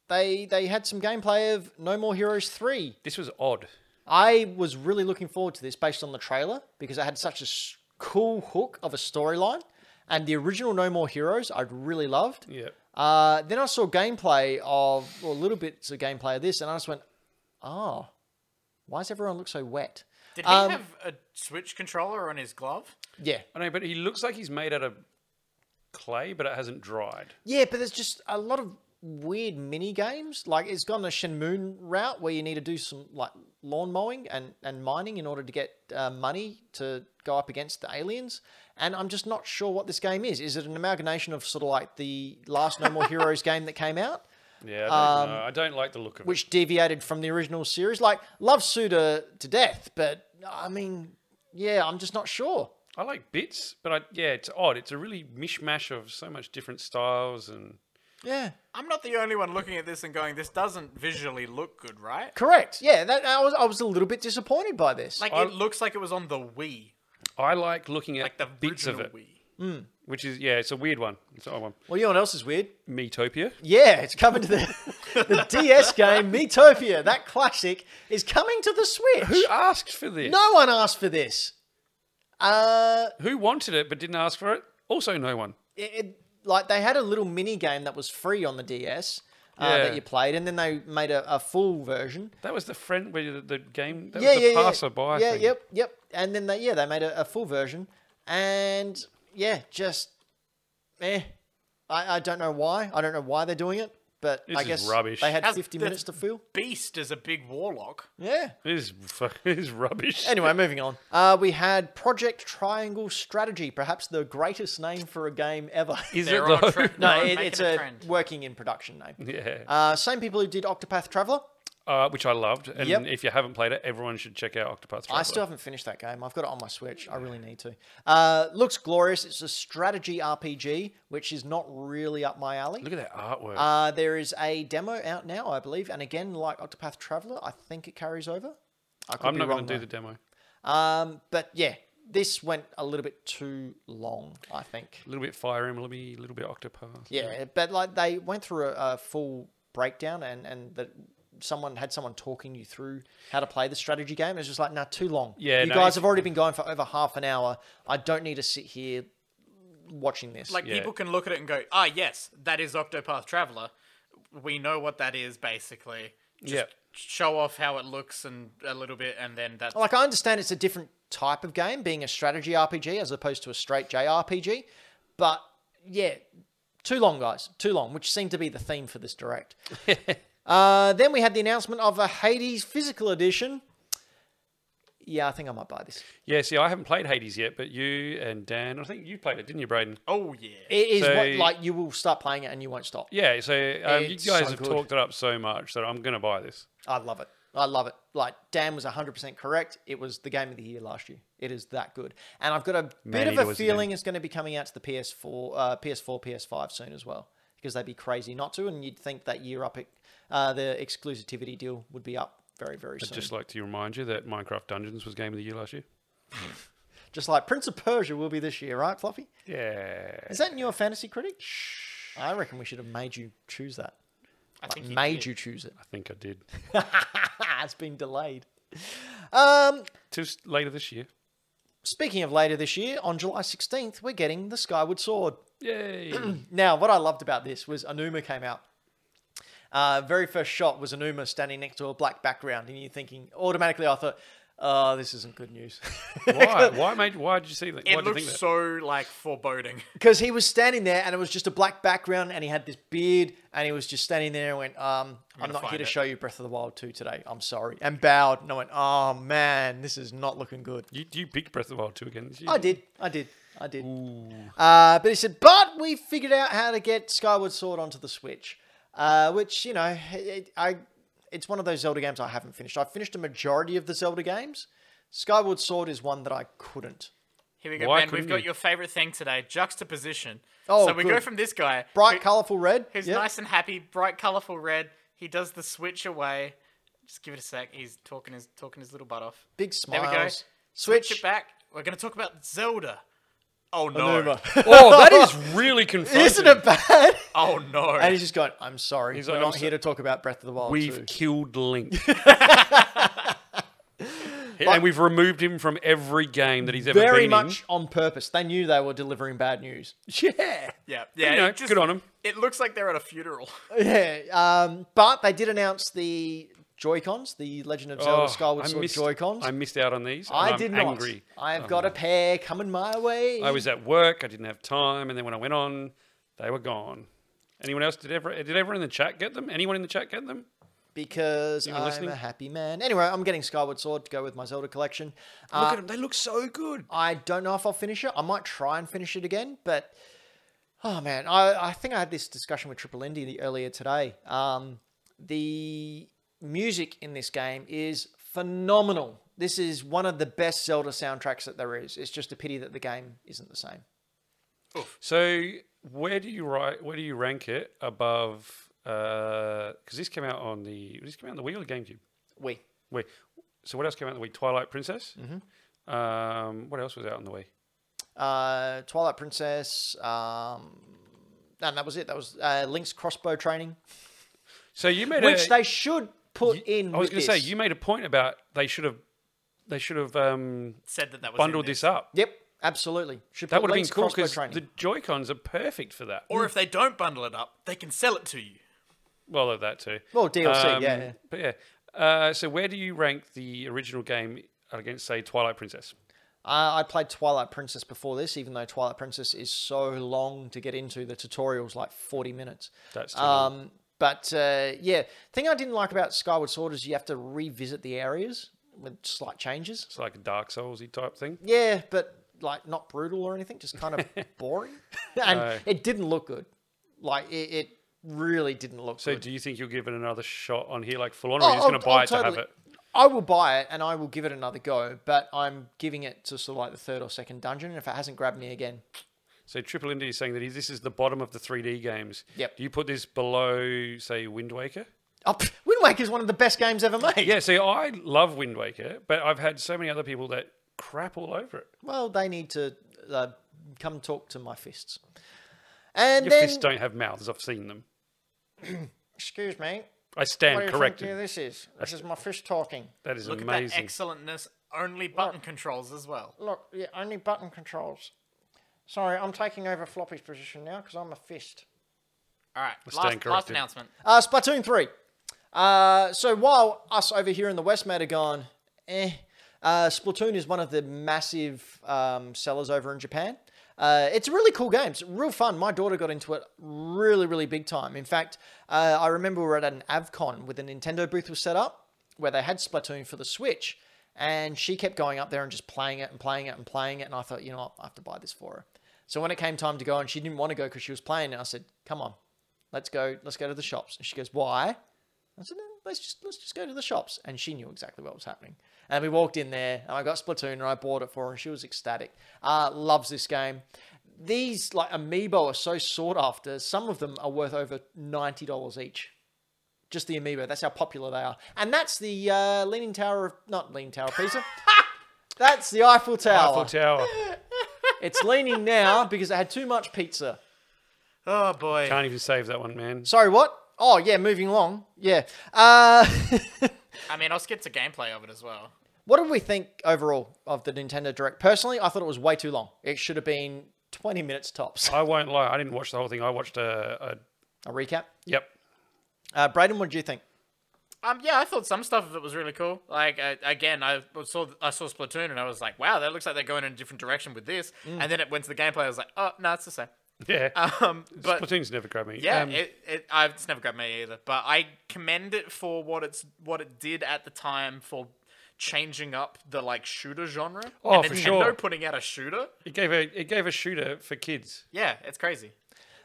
A: they they had some gameplay of No More Heroes three.
C: this was odd.
A: I was really looking forward to this based on the trailer because it had such a s- cool hook of a storyline, and the original No More Heroes I'd really loved.
C: Yeah,
A: Uh, then I saw gameplay of or little bits of gameplay of this, and I just went, "Oh, why does everyone look so wet?"
B: Did he
A: um,
B: have a Switch controller on his glove?
A: Yeah,
C: I know, but he looks like he's made out of clay, but it hasn't dried.
A: Yeah, but there's just a lot of weird mini games. Like it's gone the Shenmue route where you need to do some like lawn mowing and, and mining in order to get uh, money to go up against the aliens. And I'm just not sure what this game is. Is it an amalgamation of sort of like the last No More Heroes game that came out,
C: Yeah, I don't, know. I don't like the look of it.
A: which deviated from the original series? Like love Suda to death, but I mean, yeah, I'm just not sure.
C: I like bits, but I, yeah, it's odd. It's a really mishmash of so much different styles and.
A: Yeah.
B: I'm not the only one looking at this and going, this doesn't visually look good, right?
A: Correct. Yeah, that I was I was a little bit disappointed by this.
B: Like,
C: I-
B: it looks like it was on the Wii,
C: I like looking at
B: like the
C: bits of
B: original
C: it,
B: Wii.
C: which is yeah, it's a weird one. It's an odd one.
A: well, you know what else is weird?
C: Metopia.
A: Yeah, it's coming to the, the DS game, Metopia, that classic, is coming to the
C: Who
A: Switch.
C: asked for this?
A: No one asked for this. Uh,
C: Who wanted it but didn't ask for it? Also, no one.
A: it, it- like they had a little mini game that was free on the DS uh,
C: Yeah.
A: that you played, and then they made a, a full version.
C: That was the friend where the, the game. That
A: yeah,
C: was the
A: yeah, yeah.
C: passerby.
A: Yeah,
C: thing.
A: yep, yep. And then they yeah they made a, a full version, and yeah, just eh. I, I don't know why. I don't know why they're doing it, but I
C: is
A: guess
C: rubbish.
A: they had
B: How's-
A: 50
B: the-
A: minutes to fill.
B: Beast is a big warlock.
A: Yeah.
C: It is, fuck- it is rubbish.
A: Anyway, moving on. Uh, we had Project Triangle Strategy, perhaps the greatest name for a game ever.
C: is
B: They're
C: it
B: on
C: though?
B: a trend.
A: no,
B: they're
A: it,
B: making
A: it's a,
B: trend.
A: working in production name.
C: Yeah,
A: Uh, same people who did Octopath Traveler.
C: uh, which I loved. And
A: Yep.
C: if you haven't played it, everyone should check out Octopath Traveler.
A: I still haven't finished that game. I've got it on my Switch. I really need to. Uh, looks glorious. It's a strategy RPG, which is not really up my alley.
C: look at that artwork.
A: Uh, there is a demo out now, I believe, and again, like Octopath Traveler, I think it carries over. I could
C: I'm
A: be
C: not
A: wrong.
C: going to do
A: though.
C: the demo.
A: Um, but yeah, this went a little bit too long, I think.
C: A little bit Fire Emblem, a little bit Octopath.
A: Yeah, but like they went through a, a full breakdown and and that someone had someone talking you through how to play the strategy game. It's just like, nah, too long.
C: Yeah,
A: you
C: no,
A: guys
C: if-
A: have already been going for over half an hour. I don't need to sit here watching this.
B: Like,
C: Yeah.
B: people can look at it and go, ah, yes, that is Octopath Traveler. We know what that is, basically. Just
C: Yeah.
B: show off how it looks and a little bit, and then that's
A: like I understand it's a different type of game, being a strategy RPG as opposed to a straight JRPG, but yeah, too long, guys, too long, which seemed to be the theme for this direct. uh, then we had the announcement of a Hades physical edition. Yeah, I think I might buy this.
C: Yeah, see, I haven't played Hades yet, but you and Dan, I think you played it, didn't you, Braden?
B: oh, yeah.
A: It is
C: So-
A: what, like you will start playing it and you won't stop.
C: Yeah, so um, you
A: It's
C: guys
A: so
C: have
A: good.
C: talked it up so much that I'm going to buy this.
A: I love it. I love it. Like Dan was 100% correct. It was the game of the year last year. It is that good. And I've got a
C: Man
A: bit
C: Eater
A: of a
C: was the
A: feeling it's going to be coming out to the PS4, uh, PS4, PS5 soon as well because they'd be crazy not to. And you'd think that year up, uh, the exclusivity deal would be up very, very soon. Just,
C: Just like to remind you that Minecraft Dungeons was game of the year last year.
A: like Prince of Persia will be this year, right, Fluffy?
C: Yeah.
A: Is that in your fantasy critic? I reckon we should have made you choose that.
B: I
A: Like,
B: think he
A: made
B: did.
A: you choose it.
C: I think I did.
A: it's been delayed. Um,
C: Just later this year.
A: speaking of later this year, on July 16th, we're getting the Skyward Sword.
C: Yay!
A: Now, what I loved about this was Anuma came out. Uh, very first shot was Anuma standing next to a black background, and you're thinking automatically, I thought, oh, this isn't good news.
C: why? Why made? Why did you see that?
B: It
C: why did you
B: looks
C: think that?
B: so like foreboding.
A: Because he was standing there and it was just a black background and he had this beard and he was just standing there and went, um, I'm,
B: gonna
A: not here
B: find
A: to
B: it."
A: show you Breath of the Wild 2 today. I'm sorry. And bowed and I went, oh man, this is not looking good.
C: you you picked Breath of the Wild two again. didn't you?
A: I did. I did. I did. Uh, but he said, but we figured out how to get Skyward Sword onto the Switch, uh, which you know, it, I it's one of those Zelda games I haven't finished. I finished a majority of the Zelda games. Skyward Sword is one that I couldn't.
B: Here we go,
C: Why
B: Ben. We've
C: couldn't
B: got
C: you?
B: your favorite thing today: juxtaposition.
A: Oh,
B: so we go
A: good.
B: from this guy,
A: Bright,
B: who-
A: colorful red.
B: who's
A: Yep.
B: nice and happy, bright, colorful red. He does the switch away. Just give it a sec. He's talking his talking his little butt off.
A: big
B: we
A: smiles.
B: go.
A: Switch.
B: Switch it back. We're gonna talk about Zelda. Oh no!
A: Anuma.
C: Oh, that is really confronting.
A: Isn't it bad?
B: Oh no!
A: And he's just going, I'm sorry.
C: He's
A: We're
C: like,
A: not
C: "I'm so-
A: here to talk about Breath of the Wild.
C: We've
A: 2."
C: killed Link. and we've removed him from every game that he's ever
A: very
C: been
A: much on purpose. They knew they were delivering bad news.
C: in. Yeah.
B: yeah, yeah.
C: You know,
B: it just-
C: good on him.
B: It looks like they're at a funeral.
A: Yeah, um, but they did announce the Joy Cons, the Legend of Zelda
C: Oh,
A: Skyward
C: I
A: Sword
C: missed,
A: Joy Cons.
C: I missed out on these. and
A: I
C: I'm
A: did not.
C: angry. Um,
A: I've got a pair coming my way.
C: I was at work. I didn't have time, and then when I went on, they were gone. Anyone else? Did ever? Did everyone in the chat get them? Anyone in the chat get them?
A: because I'm
C: listening?
A: a happy man. Anyway, I'm getting Skyward Sword to go with my Zelda collection.
C: Look
A: Uh,
C: at them. They look so good.
A: I don't know if I'll finish it. I might try and finish it again, but oh man, I, I think I had this discussion with Triple Indy the, earlier today. Um, the music in this game is phenomenal. This is one of the best Zelda soundtracks that there is. It's just a pity that the game isn't the same.
C: So where do you write? Where do you rank it above? Because this came out on the this came out on the Wii or the GameCube.
A: We
C: Wait, so what else came out on the Wii? Twilight Princess. Mm-hmm. Um, what else was out on the Wii?
A: uh, Twilight Princess, um, and that was it. That was uh, Link's crossbow training,
C: So you made
A: which
C: a,
A: they should put in.
C: I was
A: going to
C: say you made a point about they should have they should have um,
B: Said that that was in
C: bundled
B: there.
C: this up.
A: Yep, absolutely. Should
C: That
A: put
C: would have been
A: Link's
C: cool
A: crossbow
C: because
A: training.
C: the Joy Cons are perfect for that.
B: Or if they don't bundle it up, they can sell it to you.
C: Well, of that too. Um,
A: Well, DLC, yeah, yeah.
C: But yeah. Uh, so where do you rank the original game against, say, Twilight Princess?
A: I, I played Twilight Princess before this, even though Twilight Princess is so long to get into. The tutorial's like 40 minutes.
C: That's too long.
A: Um, but uh, yeah, thing I didn't like about Skyward Sword is you have to revisit the areas with slight changes.
C: It's like a Dark Soulsy type thing.
A: Yeah, but like not brutal or anything, just kind of boring. and
C: No.
A: it didn't look good. Like it, it really didn't look
C: So
A: good. Oh,
C: do you think you'll give it another shot on here, like full on, or are you just going to buy it to have it?
A: I will buy it and I will give it another go, but I'm giving it to sort of like the third or second dungeon. And if it hasn't grabbed me again,
C: So Triple Indy is saying that he, this is the bottom of the 3D games.
A: Yep.
C: Do you put this below, say, Wind Waker?
A: Oh, pff, Wind Waker is one of the best games ever made.
C: Yeah. See, I love Wind Waker, but I've had so many other people that crap all over it.
A: Well, they need to uh, come talk to my fists. And
C: Your
A: then,
C: fists don't have mouths. I've seen them.
A: excuse me,
C: I
A: what do
C: stand
A: you
C: corrected.
A: think this is? This is my fist talking.
C: that is
B: Look at that
C: amazing.
B: excellentness. Only button controls as well.
A: Look, yeah, only button controls. Sorry, I'm taking over Floppy's position now because I'm a fist.
B: All right.
C: stand
B: Last, last
C: corrected.
B: announcement.
A: Uh, Splatoon 3. Uh, so while us over here in the West may have gone, eh, uh, Splatoon is one of the massive um, sellers over in Japan. Uh, it's a really cool game. It's real fun. My daughter got into it really, really big time. In fact, uh, I remember we were at an Avcon where the Nintendo booth was set up where they had Splatoon for the Switch. And she kept going up there and just playing it and playing it and playing it. And I thought, you know what, I have to buy this for her. So when it came time to go and she didn't want to go because she was playing, and I said, come on, let's go, let's go to the shops. And she goes, why? I said, "No, let's just let's just go to the shops. And she knew exactly what was happening. And we walked in there, and I got Splatoon, and I bought it for her, and she was ecstatic. Uh, loves this game. These like amiibo are so sought after. Some of them are worth over ninety dollars each. Just the amiibo. That's how popular they are. And that's the uh, Leaning Tower of not Leaning Tower of Pisa. that's the Eiffel Tower.
C: Eiffel Tower.
A: it's leaning now because it had too much pizza.
B: Oh boy.
C: Can't even save that one, man.
A: Sorry, what? Oh yeah, moving along. Yeah. Uh,
B: I mean, I'll skip to gameplay of it as well.
A: What did we think overall of the Nintendo Direct? Personally, I thought it was way too long. It should have been 20 minutes tops.
C: I won't lie. I didn't watch the whole thing. I watched a, a
A: A recap.
C: yep.
A: Uh, Braden, what did you think?
B: Um, yeah, I thought some stuff of it was really cool. Like uh, again, I saw I saw Splatoon and I was like, wow, that looks like they're going in a different direction with this.
C: Mm.
B: And then it went to the gameplay. I was like, oh no, it's the same.
C: Yeah.
B: Um, but
C: Splatoon's never grabbed me.
B: yeah,
C: Um,
B: it, it I've, it's never grabbed me either. But I commend it for what it's what it did at the time for changing up the like shooter genre.
C: Oh,
B: and
C: for
B: Nintendo
C: sure.
B: putting out a shooter.
C: it gave a it gave a shooter for kids.
B: Yeah, it's crazy.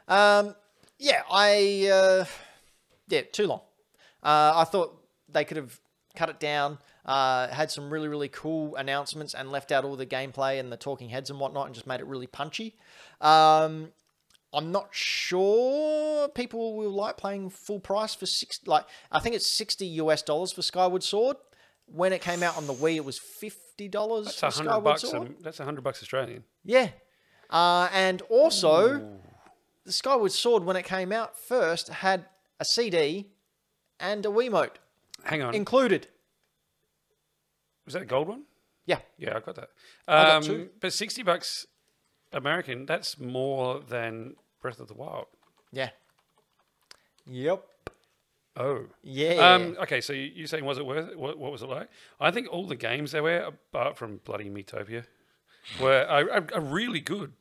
A: Um, yeah, I uh, yeah, too long. Uh, I thought they could have cut it down. Uh, had some really really cool announcements and left out all the gameplay and the talking heads and whatnot and just made it really punchy. Um, I'm not sure people will like playing full price for six. Like I think it's sixty US dollars for Skyward Sword. When it came out on the Wii, it was fifty dollars
C: It's
A: for
C: a hundred
A: Skyward
C: bucks.
A: Sword.
C: um, That's a hundred bucks Australian.
A: Yeah. Uh, and also, the Skyward Sword, when it came out first, had a CD and a Wiimote
C: Hang on.
A: included.
C: was that a gold one?
A: Yeah.
C: Yeah, I got that.
A: got
C: Um,
A: two.
C: But sixty bucks American. That's more than Breath of the Wild.
A: Yeah. Yep.
C: Um, Oh.
A: Yeah.
C: Um, okay, so you- you're saying was it worth it? What, what was it like? I think all the games there were, apart from bloody Metopia, were are, are, are really good.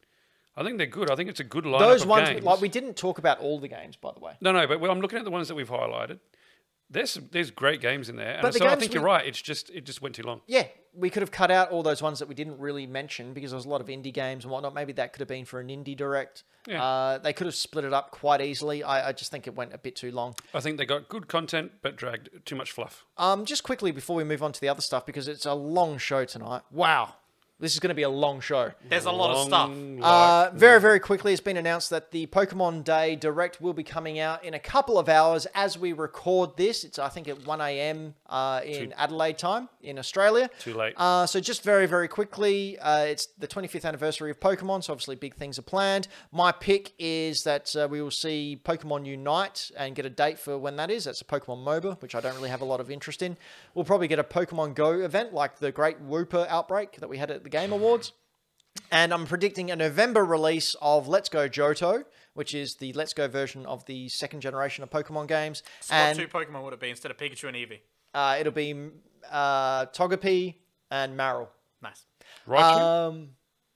C: I think they're good. I think it's a good lineup
A: Those
C: of
A: ones,
C: games.
A: like, we didn't talk about all the games, by the way.
C: No, no, but well, I'm looking at the ones that we've highlighted. There's some, there's great games in there, and
A: But the
C: so I
A: games
C: think
A: we-
C: you're right. It's just it just went too long.
A: Yeah. We could have cut out all those ones that we didn't really mention because there was a lot of indie games and whatnot. Maybe that could have been for an indie direct.
C: Yeah.
A: Uh, they could have split it up quite easily. I, I just think it went a bit too long.
C: I think they got good content, but dragged too much fluff.
A: Um, just quickly before we move on to the other stuff, because it's a long show tonight. Wow. This is going to be a long show.
B: There's a lot of stuff.
C: Long
A: Uh,
C: life.
A: very, very quickly, it's been announced that the Pokemon Day Direct will be coming out in a couple of hours as we record this. It's, I think, at 1 a.m. Uh, in Adelaide time in Australia.
C: Too late.
A: Uh, so, just very, very quickly, uh, it's the 25th anniversary of Pokemon, so obviously big things are planned. My pick is that uh, we will see Pokemon Unite and get a date for when that is. That's a Pokemon MOBA, which I don't really have a lot of interest in. We'll probably get a Pokemon Go event like the Great Wooper outbreak that we had at the Game Awards. And I'm predicting a November release of Let's Go Johto, which is the Let's Go version of the second generation of Pokemon games.
B: What
A: and
B: two Pokemon would it be instead of Pikachu and Eevee?
A: Uh, it'll be uh, Togepi and Marill.
B: Nice.
C: Raichu?
A: Um,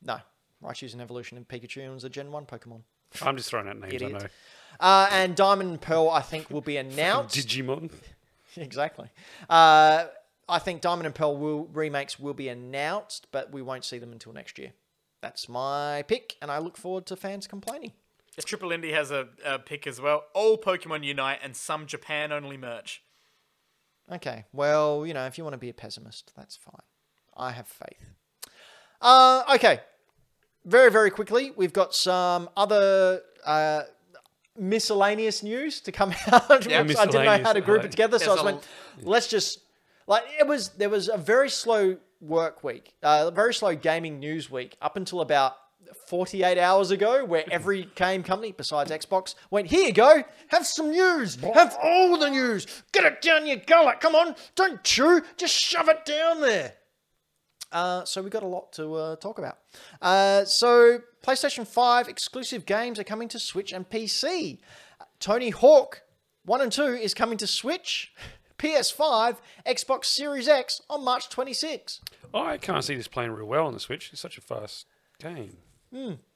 A: no, Raichu's an evolution and Pikachu was a Gen 1 Pokemon.
C: I'm just throwing out names. I
A: Uh, idiot.
C: know.
A: Uh, and Diamond and Pearl, I think, will be announced.
C: Digimon.
A: exactly. Uh, I think Diamond and Pearl will, remakes will be announced, but we won't see them until next year. That's my pick, and I look forward to fans complaining.
B: If Triple Indie has a, a pick as well, all Pokemon Unite and some Japan only merch.
A: Okay. Well, you know, if you want to be a pessimist, that's fine. I have faith. Uh, okay. Very, very quickly, we've got some other uh, miscellaneous news to come out.
B: Yeah,
A: which I didn't know how to
C: miscellaneous,
A: group
C: I
A: it
C: like.
A: together, so I just
B: There's a-
A: went, let's just like it was. There was a very slow work week, uh, very slow gaming news week, up until about. 48 hours ago, where every game company besides Xbox went, Here you go, have some news, have all the news, get it down your gullet, come on, don't chew, just shove it down there. Uh, so we got a lot to uh, talk about. Uh, so PlayStation 5 exclusive games are coming to Switch and PC. Tony Hawk 1 and 2 is coming to Switch, PS5, Xbox Series X on March 26.
C: I can't see this playing real well on the Switch. It's such a fast game.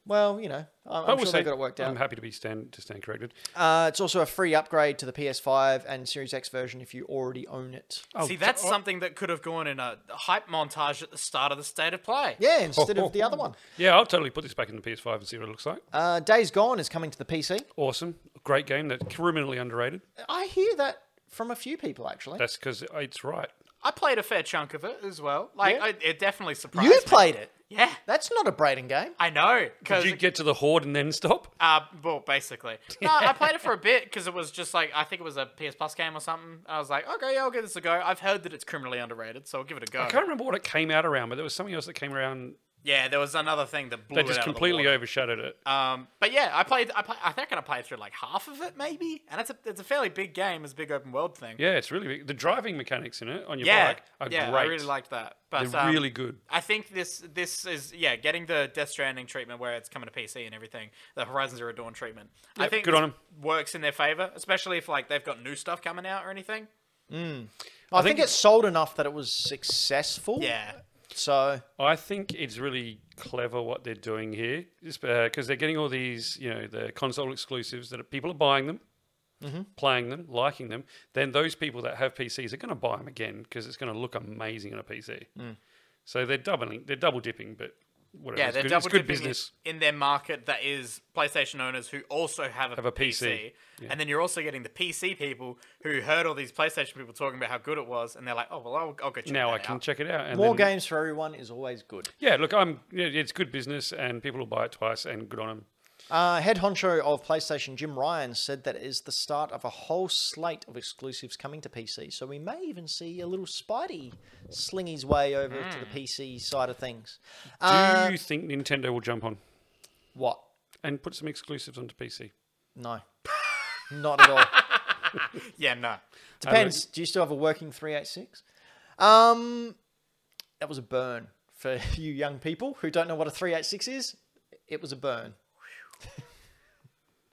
A: Well, Mm-hmm. you know, I- I'm,
C: I
A: I'm
C: will
A: sure
C: say
A: they got it worked out.
C: I'm happy to be stand to stand corrected.
A: Uh, it's also a free upgrade to the PS5 and Series X version if you already own it.
C: Oh,
B: See, that's something that could have gone in a hype montage at the start of the state of play.
A: Yeah, instead of the other one.
C: Yeah, I'll totally put this back in the PS5 and see what it looks like.
A: Uh, Days Gone is coming to the PC.
C: Awesome, great game that's criminally underrated.
A: I hear that from a few people, actually.
C: That's because it's right.
B: I played a fair chunk of it as well. Like,
A: Yeah.
B: I, it definitely surprised
A: you
B: me.
A: played it.
B: Yeah,
A: That's not a Braden game.
B: I know.
C: Did
B: Because
C: you get to the horde and then stop?
B: Uh, well, basically. No, I played it for a bit because it was just like I think it was a PS Plus game or something. I was like, okay, yeah, I'll give this a go. I've heard that it's criminally underrated, so I'll give it a go.
C: I can't remember what it came out around, but there was something else that came around
B: Yeah, there was another thing that blew
C: They
B: it
C: just
B: out of the
C: completely
B: water.
C: overshadowed it.
B: Um, but yeah, I played. I, play, I think I played through like half of it, maybe. And it's a it's a fairly big game, it's a big open world thing.
C: Yeah, it's really big. The driving mechanics in it on your
B: yeah,
C: bike are
B: yeah,
C: great.
B: I really liked that. But
C: They're
B: um,
C: really good.
B: I think this this is yeah getting the Death Stranding treatment where it's coming to PC and everything, the Horizon Zero Dawn treatment. I
C: Yep,
B: think
C: good
B: this
C: on 'em.
B: works in their favor, especially if like they've got new stuff coming out or anything.
A: I, think,
C: think-
A: it sold enough that it was successful.
B: Yeah,
A: So
C: I think it's really clever what they're doing here, because they're getting all these, you know, the console exclusives that are- people are buying them, playing them, liking them. Then those people that have PCs are going to buy them again because it's going to look amazing on a PC. So they're doubling, they're double dipping, but whatever.
B: yeah,
C: it's
B: they're
C: good, it's
B: double
C: good
B: dipping in-
C: business.
B: in their market that is PlayStation owners who also have a,
C: Have a PC.
B: and then you're also getting the PC people who heard all these PlayStation people talking about how good it was, and they're like, oh well, I'll, I'll go check
C: Now
B: that
C: I can
B: out."
C: check it out. And
A: more
C: then-
A: games for everyone is always good.
C: Yeah, look, I'm. yeah, It's good business, and people will buy it twice, and good on them.
A: Uh, head honcho of PlayStation, Jim Ryan, said that it is the start of a whole slate of exclusives coming to PC. So we may even see a little Spidey sling his way over to the PC side of things.
C: Hmm. Do
A: Uh,
C: you think Nintendo will jump on
A: what?
C: and put some exclusives onto PC?
A: No, not at all.
B: Yeah, no.
A: Depends. Do you still have a working 386? Um, that was a burn for you young people who don't know what a 386 is. It was a burn.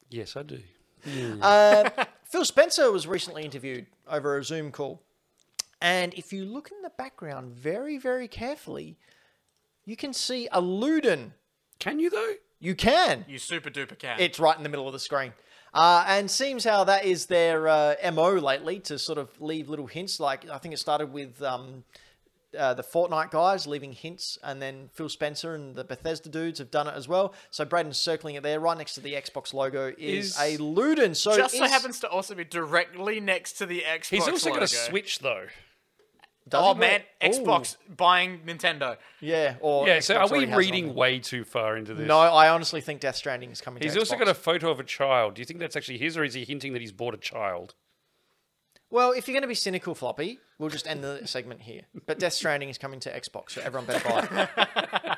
C: Yes, I do.
A: Phil Spencer was recently interviewed over a Zoom call. And if you look in the background very, very carefully, you can see a Luden.
C: Can you though?
A: You can.
B: You super duper can.
A: It's right in the middle of the screen. Uh, and seems how that is their uh, MO lately to sort of leave little hints. Like, I think it started with um, uh, the Fortnite guys leaving hints, and then Phil Spencer and the Bethesda dudes have done it as well. So, Braden's circling it there right next to the Xbox logo is,
C: Is-
A: a Luden. So,
B: just so
A: is-
B: happens to also be directly next to the Xbox.
C: He's also got
B: logo.
C: a Switch though.
A: does
B: Oh
A: it work?
B: man,
A: Ooh.
B: Xbox buying Nintendo.
A: Yeah. Or
C: Yeah, so
A: Xbox
C: are we
A: already has
C: reading
A: one.
C: way too far into this?
A: No, I honestly think Death Stranding is coming.
C: He's
A: to
C: also
A: Xbox.
C: got a photo of a child. Do you think that's actually his, or is he hinting that he's bought a child?
A: Well, if you're going to be cynical, floppy, we'll just end the segment here. But Death Stranding is coming to Xbox, so everyone better buy it.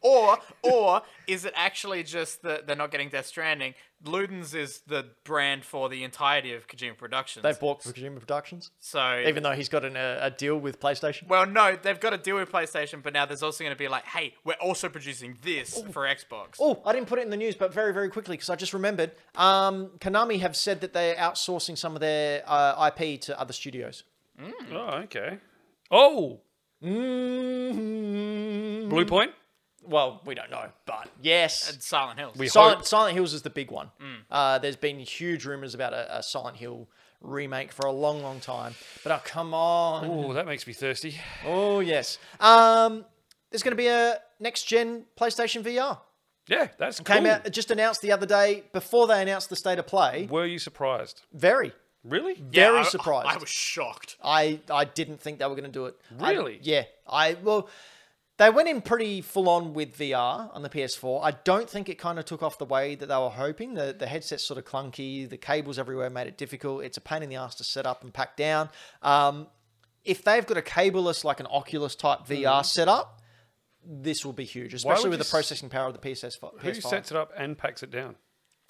B: Or or is it actually just that they're not getting Death Stranding? Ludens is the brand for the entirety of Kojima Productions.
A: They've bought Kojima Productions,
B: so
A: even though he's got an, uh, a deal with PlayStation.
B: well, no, they've got a deal with PlayStation, but now there's also going to be like, hey, we're also producing this for Xbox.
A: Oh, I didn't put it in the news, but very, very quickly because I just remembered. Um, Konami have said that they're outsourcing some of their uh, IP to other studios. Hmm.
C: Oh, okay. Oh,
A: Mm,
C: Blue Point.
A: well, we don't know, but yes,
B: And Silent Hills.
C: We
A: Silent,
C: hope.
A: Silent Hills is the big one.
B: Mm.
A: Uh, there's been huge rumors about a, a Silent Hill remake for a long, long time. But oh, come on.
C: Oh, that makes me thirsty.
A: Oh, yes. Um, there's going to be a next gen PlayStation VR.
C: Yeah, that's
A: Came
C: cool.
A: out, just announced the other day before they announced the state of play.
C: Were you surprised?
A: Very,
C: Really?
B: Yeah,
A: very
B: I-
A: surprised.
B: I, I was shocked.
A: I I didn't think they were going to do it. I-
C: Really?
A: yeah. I well, they went in pretty full on with VR on the PS4. I don't think it kind of took off the way that they were hoping. The the headset's sort of clunky. The cables everywhere made it difficult. It's a pain in the ass to set up and pack down. Um, if they've got a cableless like an Oculus type VR setup, this will be huge, especially
C: Mm-hmm. would
A: with
C: you
A: the processing power of the PS4.
C: Who
A: PS5.
C: sets it up and packs it down?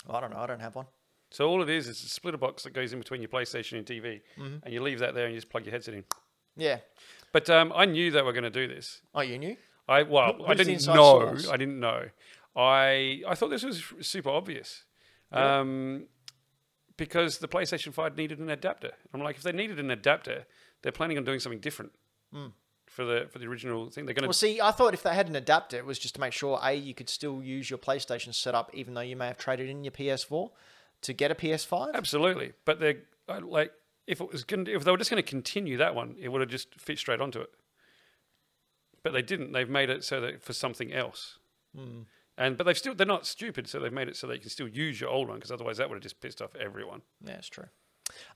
A: I don't know. I don't have one.
C: So all it is is a splitter box that goes in between your PlayStation and TV,
A: Mm-hmm.
C: and you leave that there and you just plug your headset in.
A: Yeah.
C: But um, I knew they were going to do this.
A: Oh, you knew?
C: I well,
A: who's
C: I
A: the
C: didn't
A: inside
C: know.
A: source?
C: I didn't know. I I thought this was f- super obvious, um, because the PlayStation Five needed an adapter. I'm like, if they needed an adapter, they're planning on doing something different for the for the original thing. They're going
A: Hmm. Well,
C: to.
A: see, I thought if they had an adapter, it was just to make sure a you could still use your PlayStation setup, even though you may have traded in your PS4 to get a PS5.
C: Absolutely, but they're I- like, if it was going, if they were just going to continue that one, it would have just fit straight onto it. But they didn't. They've made it so that for something else.
A: Hmm.
C: And but they've still they're not stupid, so they've made it so they can still use your old one because otherwise that would have just pissed off everyone.
A: Yeah, it's true.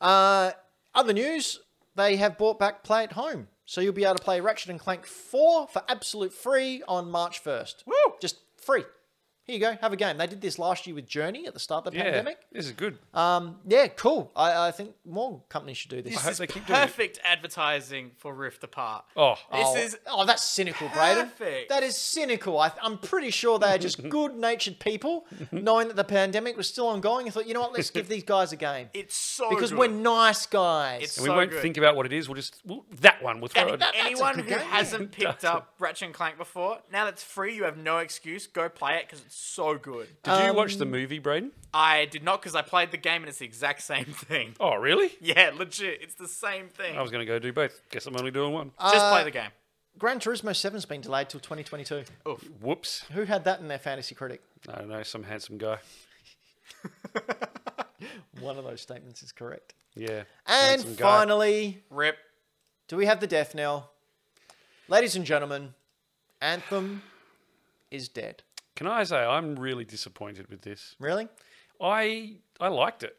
A: Uh, other news: they have brought back Play at Home, so you'll be able to play Ratchet and Clank Four for absolute free on March first. Woo! Just free. Here you go, have a game. They did this last year with Journey at the start of the
C: Yeah,
A: pandemic.
C: this is good.
A: Um, yeah, cool. I, I think more companies should do this.
C: I hope they keep doing it.
B: Perfect advertising for Rift Apart.
C: Oh,
B: This
A: oh,
B: is
A: oh, that's cynical, Braden.
B: perfect.
A: That is cynical. I, I'm pretty sure they are just good-natured people, knowing that the pandemic was still ongoing. I thought, you know what? Let's give these guys a game
B: it's so
A: because
B: good.
A: we're nice guys.
B: It's
C: and we
B: so
C: won't
B: good.
C: think about what it is. We'll just we'll, that one. We'll throw
B: Any-
C: it.
A: that's a
B: anyone
A: good
B: who
A: game.
B: hasn't picked up Ratchet and Clank before, now that's free, you have no excuse. Go play it because it's so good.
C: Did you watch the movie, Braden?
B: I did not because I played the game and it's the exact same thing.
C: Oh, really?
B: Yeah, legit, it's the same thing.
C: I was going to go do both. Guess I'm only doing one.
B: Just
A: Uh,
B: play the game.
A: Gran Turismo 7's been delayed till 2022.
C: Whoops.
A: Who had that in their fantasy critic?
C: I don't know. Some handsome guy.
A: One of those statements is correct.
C: Yeah.
A: And
C: handsome guy.
A: finally,
B: Rip.
A: do we have the death knell? Ladies and gentlemen, Anthem is dead.
C: Can I say I'm really disappointed with this?
A: Really?
C: I I liked it.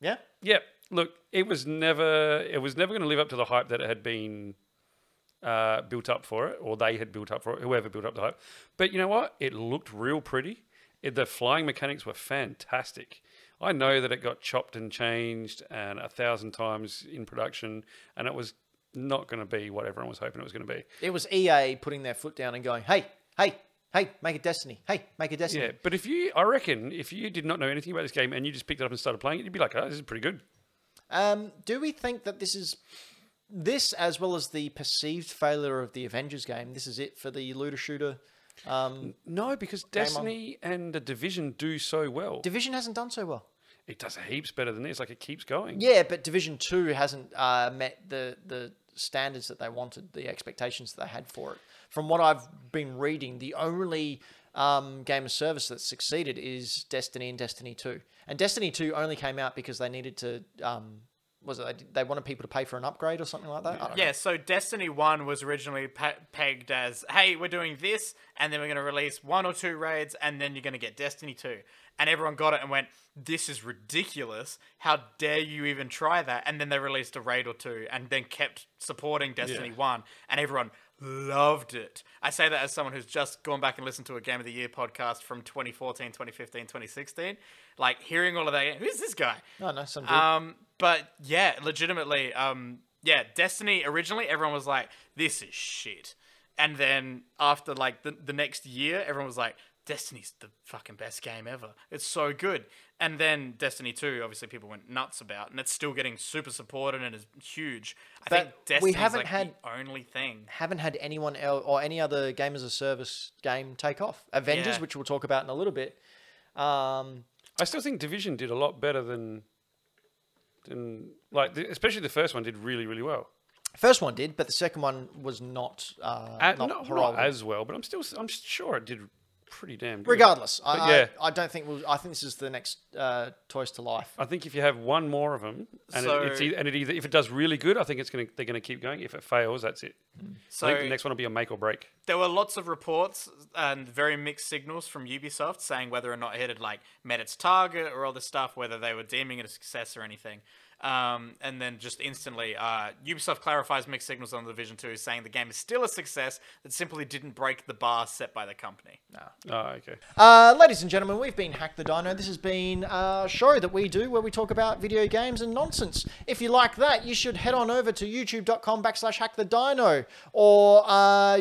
A: Yeah.
C: Yeah. Look, it was never it was never going to live up to the hype that it had been uh, built up for it, or they had built up for it, whoever built up the hype. But you know what? It looked real pretty. It, the flying mechanics were fantastic. I know that it got chopped and changed and a thousand times in production, and it was not going to be what everyone was hoping it was going to be.
A: It was EA putting their foot down and going, hey, hey, hey, make a Destiny. Hey, make a Destiny.
C: Yeah, but if you, I reckon, if you did not know anything about this game and you just picked it up and started playing it, you'd be like, "Oh, this is pretty good."
A: Um, do we think that this is this as well as the perceived failure of the Avengers game? This is it for the looter shooter. Um,
C: No, because Destiny and the Division do so well.
A: Division hasn't done so well.
C: it does heaps better than this. Like it keeps going.
A: Yeah, but Division Two hasn't uh, met the the standards that they wanted, the expectations that they had for it. From what I've been reading, the only um, game of service that succeeded is Destiny and Destiny Two, and Destiny Two only came out because they needed to. Um, was it they- they wanted people to pay for an upgrade or something like that? I don't know.
B: Yeah, so Destiny 1 was originally pe- pegged as, hey, we're doing this, and then we're going to release one or two raids, and then you're going to get Destiny 2. And everyone got it and went, this is ridiculous. How dare you even try that? And then they released a raid or two, and then kept supporting Destiny 1, and everyone loved it. I say that as someone who's just gone back and listened to a Game of the Year podcast from 2014, 2015, 2016. Like, hearing all of that, who's this guy?
A: No, no, some dude.
B: Um, but yeah, legitimately, um, yeah, Destiny originally everyone was like, "This is shit," and then after like the, the next year, everyone was like, "Destiny's the fucking best game ever. It's so good." And then Destiny Two, obviously, people went nuts about, and it's still getting super supported and is huge. I
A: But
B: think
A: we
B: Destiny's
A: haven't
B: like
A: had-
B: the only thing.
A: haven't had anyone else or any other game as a service game take off. Avengers,
B: Yeah.
A: which we'll talk about in a little bit. Um,
C: I still think Division did a lot better than, than like the, especially the first one did really really well.
A: first one did, but the second one was not. Uh,
C: Uh,
A: not,
C: not, not
A: heroic.
C: as well, but I'm still I'm sure it did pretty damn good.
A: Regardless, I,
C: But
A: I-
C: yeah.
A: I, don't think we'll, I think this is the next uh, Toys to Life.
C: I think if you have one more of them, and it, it's
B: So-
C: either, and it either if it does really good, I think it's gonna they're gonna keep going. If it fails, that's it.
B: So
C: I think the next one will be a make or break.
B: there were lots of reports and very mixed signals from Ubisoft saying whether or not it had like met its target or all this stuff, whether they were deeming it a success or anything. Um, and then just instantly, uh, Ubisoft clarifies mixed signals on the Division 2, saying the game is still a success that simply didn't break the bar set by the company.
C: Oh, okay.
A: Uh, ladies and gentlemen, we've been Hack the Dino. This has been a show that we do where we talk about video games and nonsense. If you like that, you should head on over to youtube.com backslash hack the dino or uh,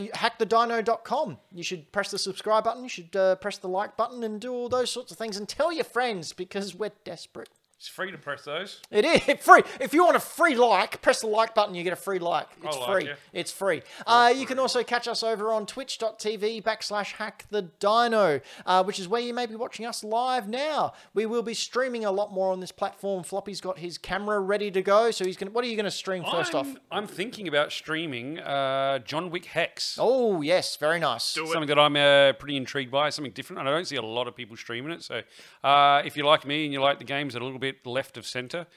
A: hackthedino.com. You should press the subscribe button, you should uh, press the like button, and do all those sorts of things. And tell your friends because we're desperate.
C: It's free to press those.
A: It is free. If you want a free like, press the like button. You get a free like. It's
C: like
A: free.
C: it.
A: It's free. Uh, you can also catch us over on twitch.tv backslash hack the dino, uh, which is where you may be watching us live now. We will be streaming a lot more on this platform. Floppy's got his camera ready to go. So he's going to, what are you going to stream 1st off?
C: I'm, I'm thinking about streaming uh, John Wick Hex.
A: Oh, yes. Very nice.
C: something that I'm uh, pretty intrigued by, something different. And I don't see a lot of people streaming it. So uh, if you like me and you like the games that are a little bit left of center,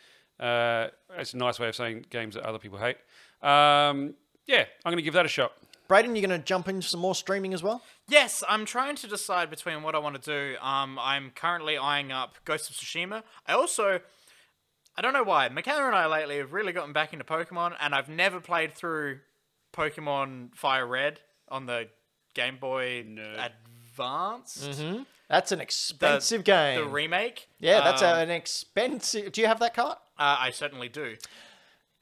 C: uh, it's a nice way of saying games that other people hate. Um, yeah, I'm going to give that a shot.
A: Braden, you're going to jump into some more streaming as well?
B: Yes, I'm trying to decide between what I want to do. Um, I'm currently eyeing up Ghost of Tsushima. I also, I don't know why, McKenna and I lately have really gotten back into Pokemon, and I've never played through Pokemon Fire Red on the Game Boy Advance Advanced,
A: That's an expensive game.
B: the remake.
A: yeah, that's
B: um,
A: an expensive. Do you have that cart?
B: uh, I certainly do.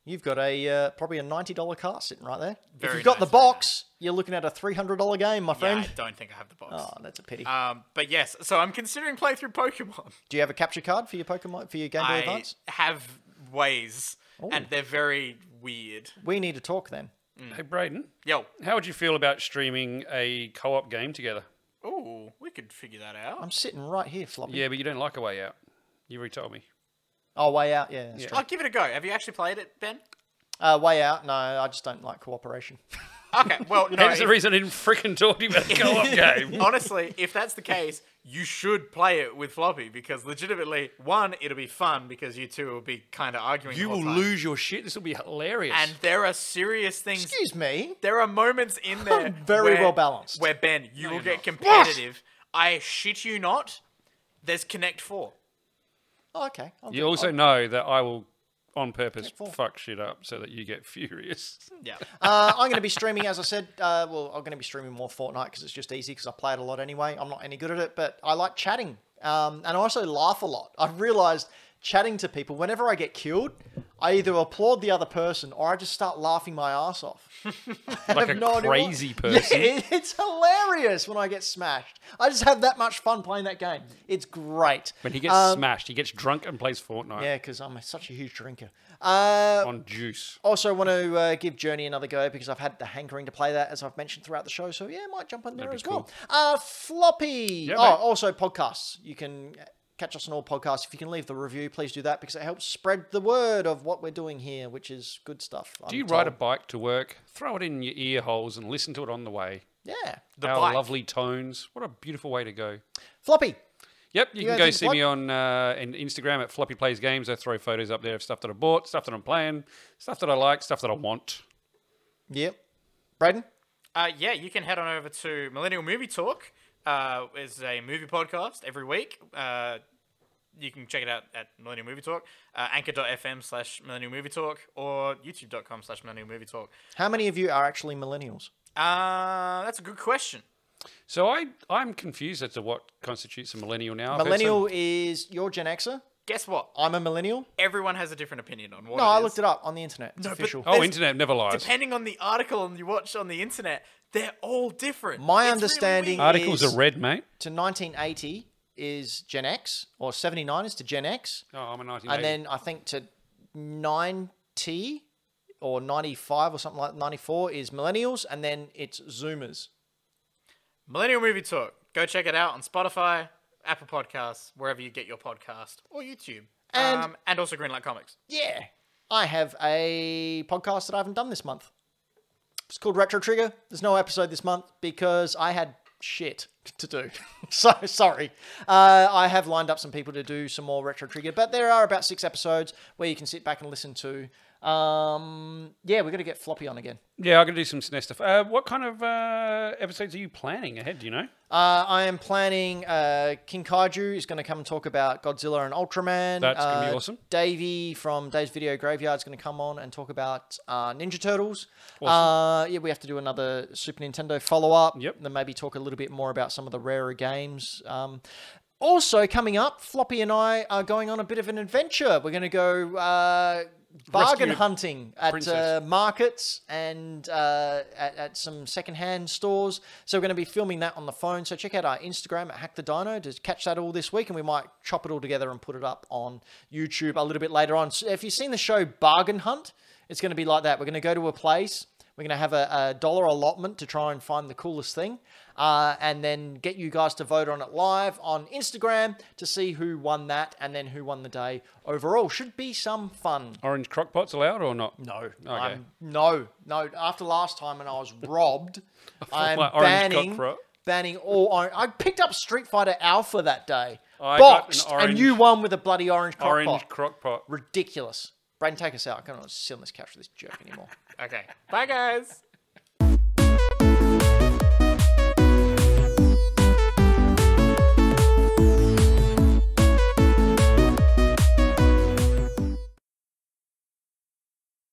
A: You've got a uh, probably a ninety dollar cart sitting right there. if
B: Very
A: you've got the
B: nice, very
A: box, you're looking at a three hundred dollar game, my
B: Yeah,
A: friend.
B: I don't think I have the box.
A: Oh, that's a pity.
B: Um, but yes, so I'm considering playthrough Pokemon.
A: Do you have a capture card for your Pokemon for your Game Boy
B: I
A: Advance?
B: have ways, and they're very weird.
A: We need to talk then.
C: Hey, Braden,
B: Yo,
C: how would you feel about streaming a co-op game together?
B: ooh, we could figure that out.
A: I'm sitting right here, floppy.
C: Yeah, but you don't like a way out. You already told me.
A: Oh, way out. Yeah, that's true.
B: I'll give it a go. Have you actually played it, Ben?
A: Uh, way out. No, I just don't like cooperation.
B: Okay, well, no.
C: That's the
B: if-
C: reason I didn't freaking talk to you about the co-op game.
B: honestly, if that's the case, you should play it with Floppy because legitimately, one, it'll be fun because you two will be kind of arguing. the
C: You
B: whole
C: will
B: time.
C: lose your shit. This will be hilarious.
B: And there are serious things.
A: Excuse me.
B: there are moments in there
A: very
B: where-
A: well balanced.
B: Where Ben, you will
C: you're
B: get
C: not.
B: competitive. I shit you not. There's Connect Four.
A: Oh, okay. I'll
C: you
A: do-
C: also know that I will, on purpose,
A: four.
C: fuck shit up so that you get furious.
B: Yeah.
A: uh, I'm going to be streaming, as I said. Uh, well, I'm going to be streaming more Fortnite because it's just easy because I play it a lot anyway. I'm not any good at it, but I like chatting. Um, and I also laugh a lot. I've realized chatting to people, whenever I get killed, I either applaud the other person or I just start laughing my ass off. I
C: Like
A: have
C: a
A: no idea why.
C: crazy person.
A: Yeah, it- it's hilarious when I get smashed. I just have that much fun playing that game. It's great.
C: When he gets
A: Um,
C: smashed, he gets drunk and plays Fortnite
A: yeah, because I'm such a huge drinker. Uh,
C: on juice.
A: also want to uh, give Journey another go because I've had the hankering to play that, as I've mentioned throughout the show. So yeah, might jump on there
C: be
A: as well. Uh, floppy.
C: Yeah,
A: oh,
C: mate.
A: also podcasts. You can uh, catch us on all podcasts. If you can leave the review, please do that because it helps spread the word of what we're doing here, which is good stuff.
C: Do you ride a bike to work? Throw it in your ear holes and listen to it on the way.
A: Yeah,
B: The
C: Our
B: bike.
C: lovely tones. What a beautiful way to go.
A: floppy.
C: Yep, you
A: guys
C: can go
A: think
C: see me on uh, in Instagram at Floppy Plays Games. I throw photos up there of stuff that I bought, stuff that I'm playing, stuff that I like, stuff that I want.
A: Yep. Braden.
B: Uh, yeah, you can head on over to Millennial Movie Talk. Uh, is a movie podcast every week. Uh, you can check it out at Millennial Movie Talk, uh, anchor.fm slash Millennial Movie Talk, or youtube.com slash Millennial Movie Talk.
A: How many of you are actually millennials?
B: Uh, that's a good question.
C: So I I'm confused as to what constitutes a millennial now. I've heard
A: Millennial is you're Gen Xer.
B: Guess what?
A: I'm a millennial.
B: Everyone has a different opinion on what
A: No,
B: it
A: I
B: is.
A: looked it up on the internet. It's
B: but-
A: official.
C: some- oh,
B: there's-
C: internet never lies.
B: Depending on the article and you watch on the internet, they're all different.
A: My
B: It's really
A: understanding-
B: weird.
C: Articles
A: is-
C: are red, mate.
A: to 1980 is Gen X, or 79 is to Gen X,
C: Oh, I'm a 1980.
A: and then I think to 90 or 95 or something like 94 is millennials, and then it's Zoomers.
B: Millennial Movie Talk. Go check it out on Spotify, Apple Podcasts, wherever you get your podcast, or YouTube.
A: And-
B: um, and also Greenlight Comics.
A: Yeah, I have a podcast that I haven't done this month. It's called Retro Trigger. There's no episode this month because I had shit to do. so sorry. Uh, I have lined up some people to do some more Retro Trigger, but there are about six episodes where you can sit back and listen to. Um, yeah, we're going to get Floppy on again.
C: Yeah, I'm gonna do some SNES stuff. Uh, what kind of uh, episodes are you planning ahead? Do you know?
A: Uh, I am planning. Uh, King Kaiju is going to come and talk about Godzilla and Ultraman.
C: That's gonna be
A: Uh,
C: awesome.
A: Davey from Dave's Video Graveyard is going to come on and talk about uh, Ninja Turtles. Uh, yeah, we have to do another Super Nintendo follow up.
C: Yep.
A: Then maybe talk a little bit more about some of the rarer games. Um, also coming up, Floppy and I are going on a bit of an adventure. We're going to go. Uh, Bargain
C: Rescue
A: hunting at
C: princess.
A: uh, markets and uh, at, at some secondhand stores. So we're going to be filming that on the phone. So check out our Instagram at Hack the Dino to catch that all this week, and we might chop it all together and put it up on YouTube a little bit later on. So if you've seen the show Bargain Hunt, it's going to be like that. We're going to go to a place. We're going to have a, a dollar allotment to try and find the coolest thing, uh, and then get you guys to vote on it live on Instagram to see who won that and then who won the day overall. Should be some fun.
C: Orange crockpots allowed or not?
A: No, I'm, no, no. After last time, and I was robbed. I'm
C: like orange
A: banning,
C: cockroach.
A: banning all. Orange. I picked up Street Fighter Alpha that day,
C: Oh, I got an
A: boxed, and you
C: orange-
A: won with a bloody orange crockpot.
C: Orange crockpot.
A: Ridiculous. Brain, take us out. I can't sit on this couch with this jerk anymore.
B: Okay. Bye, guys.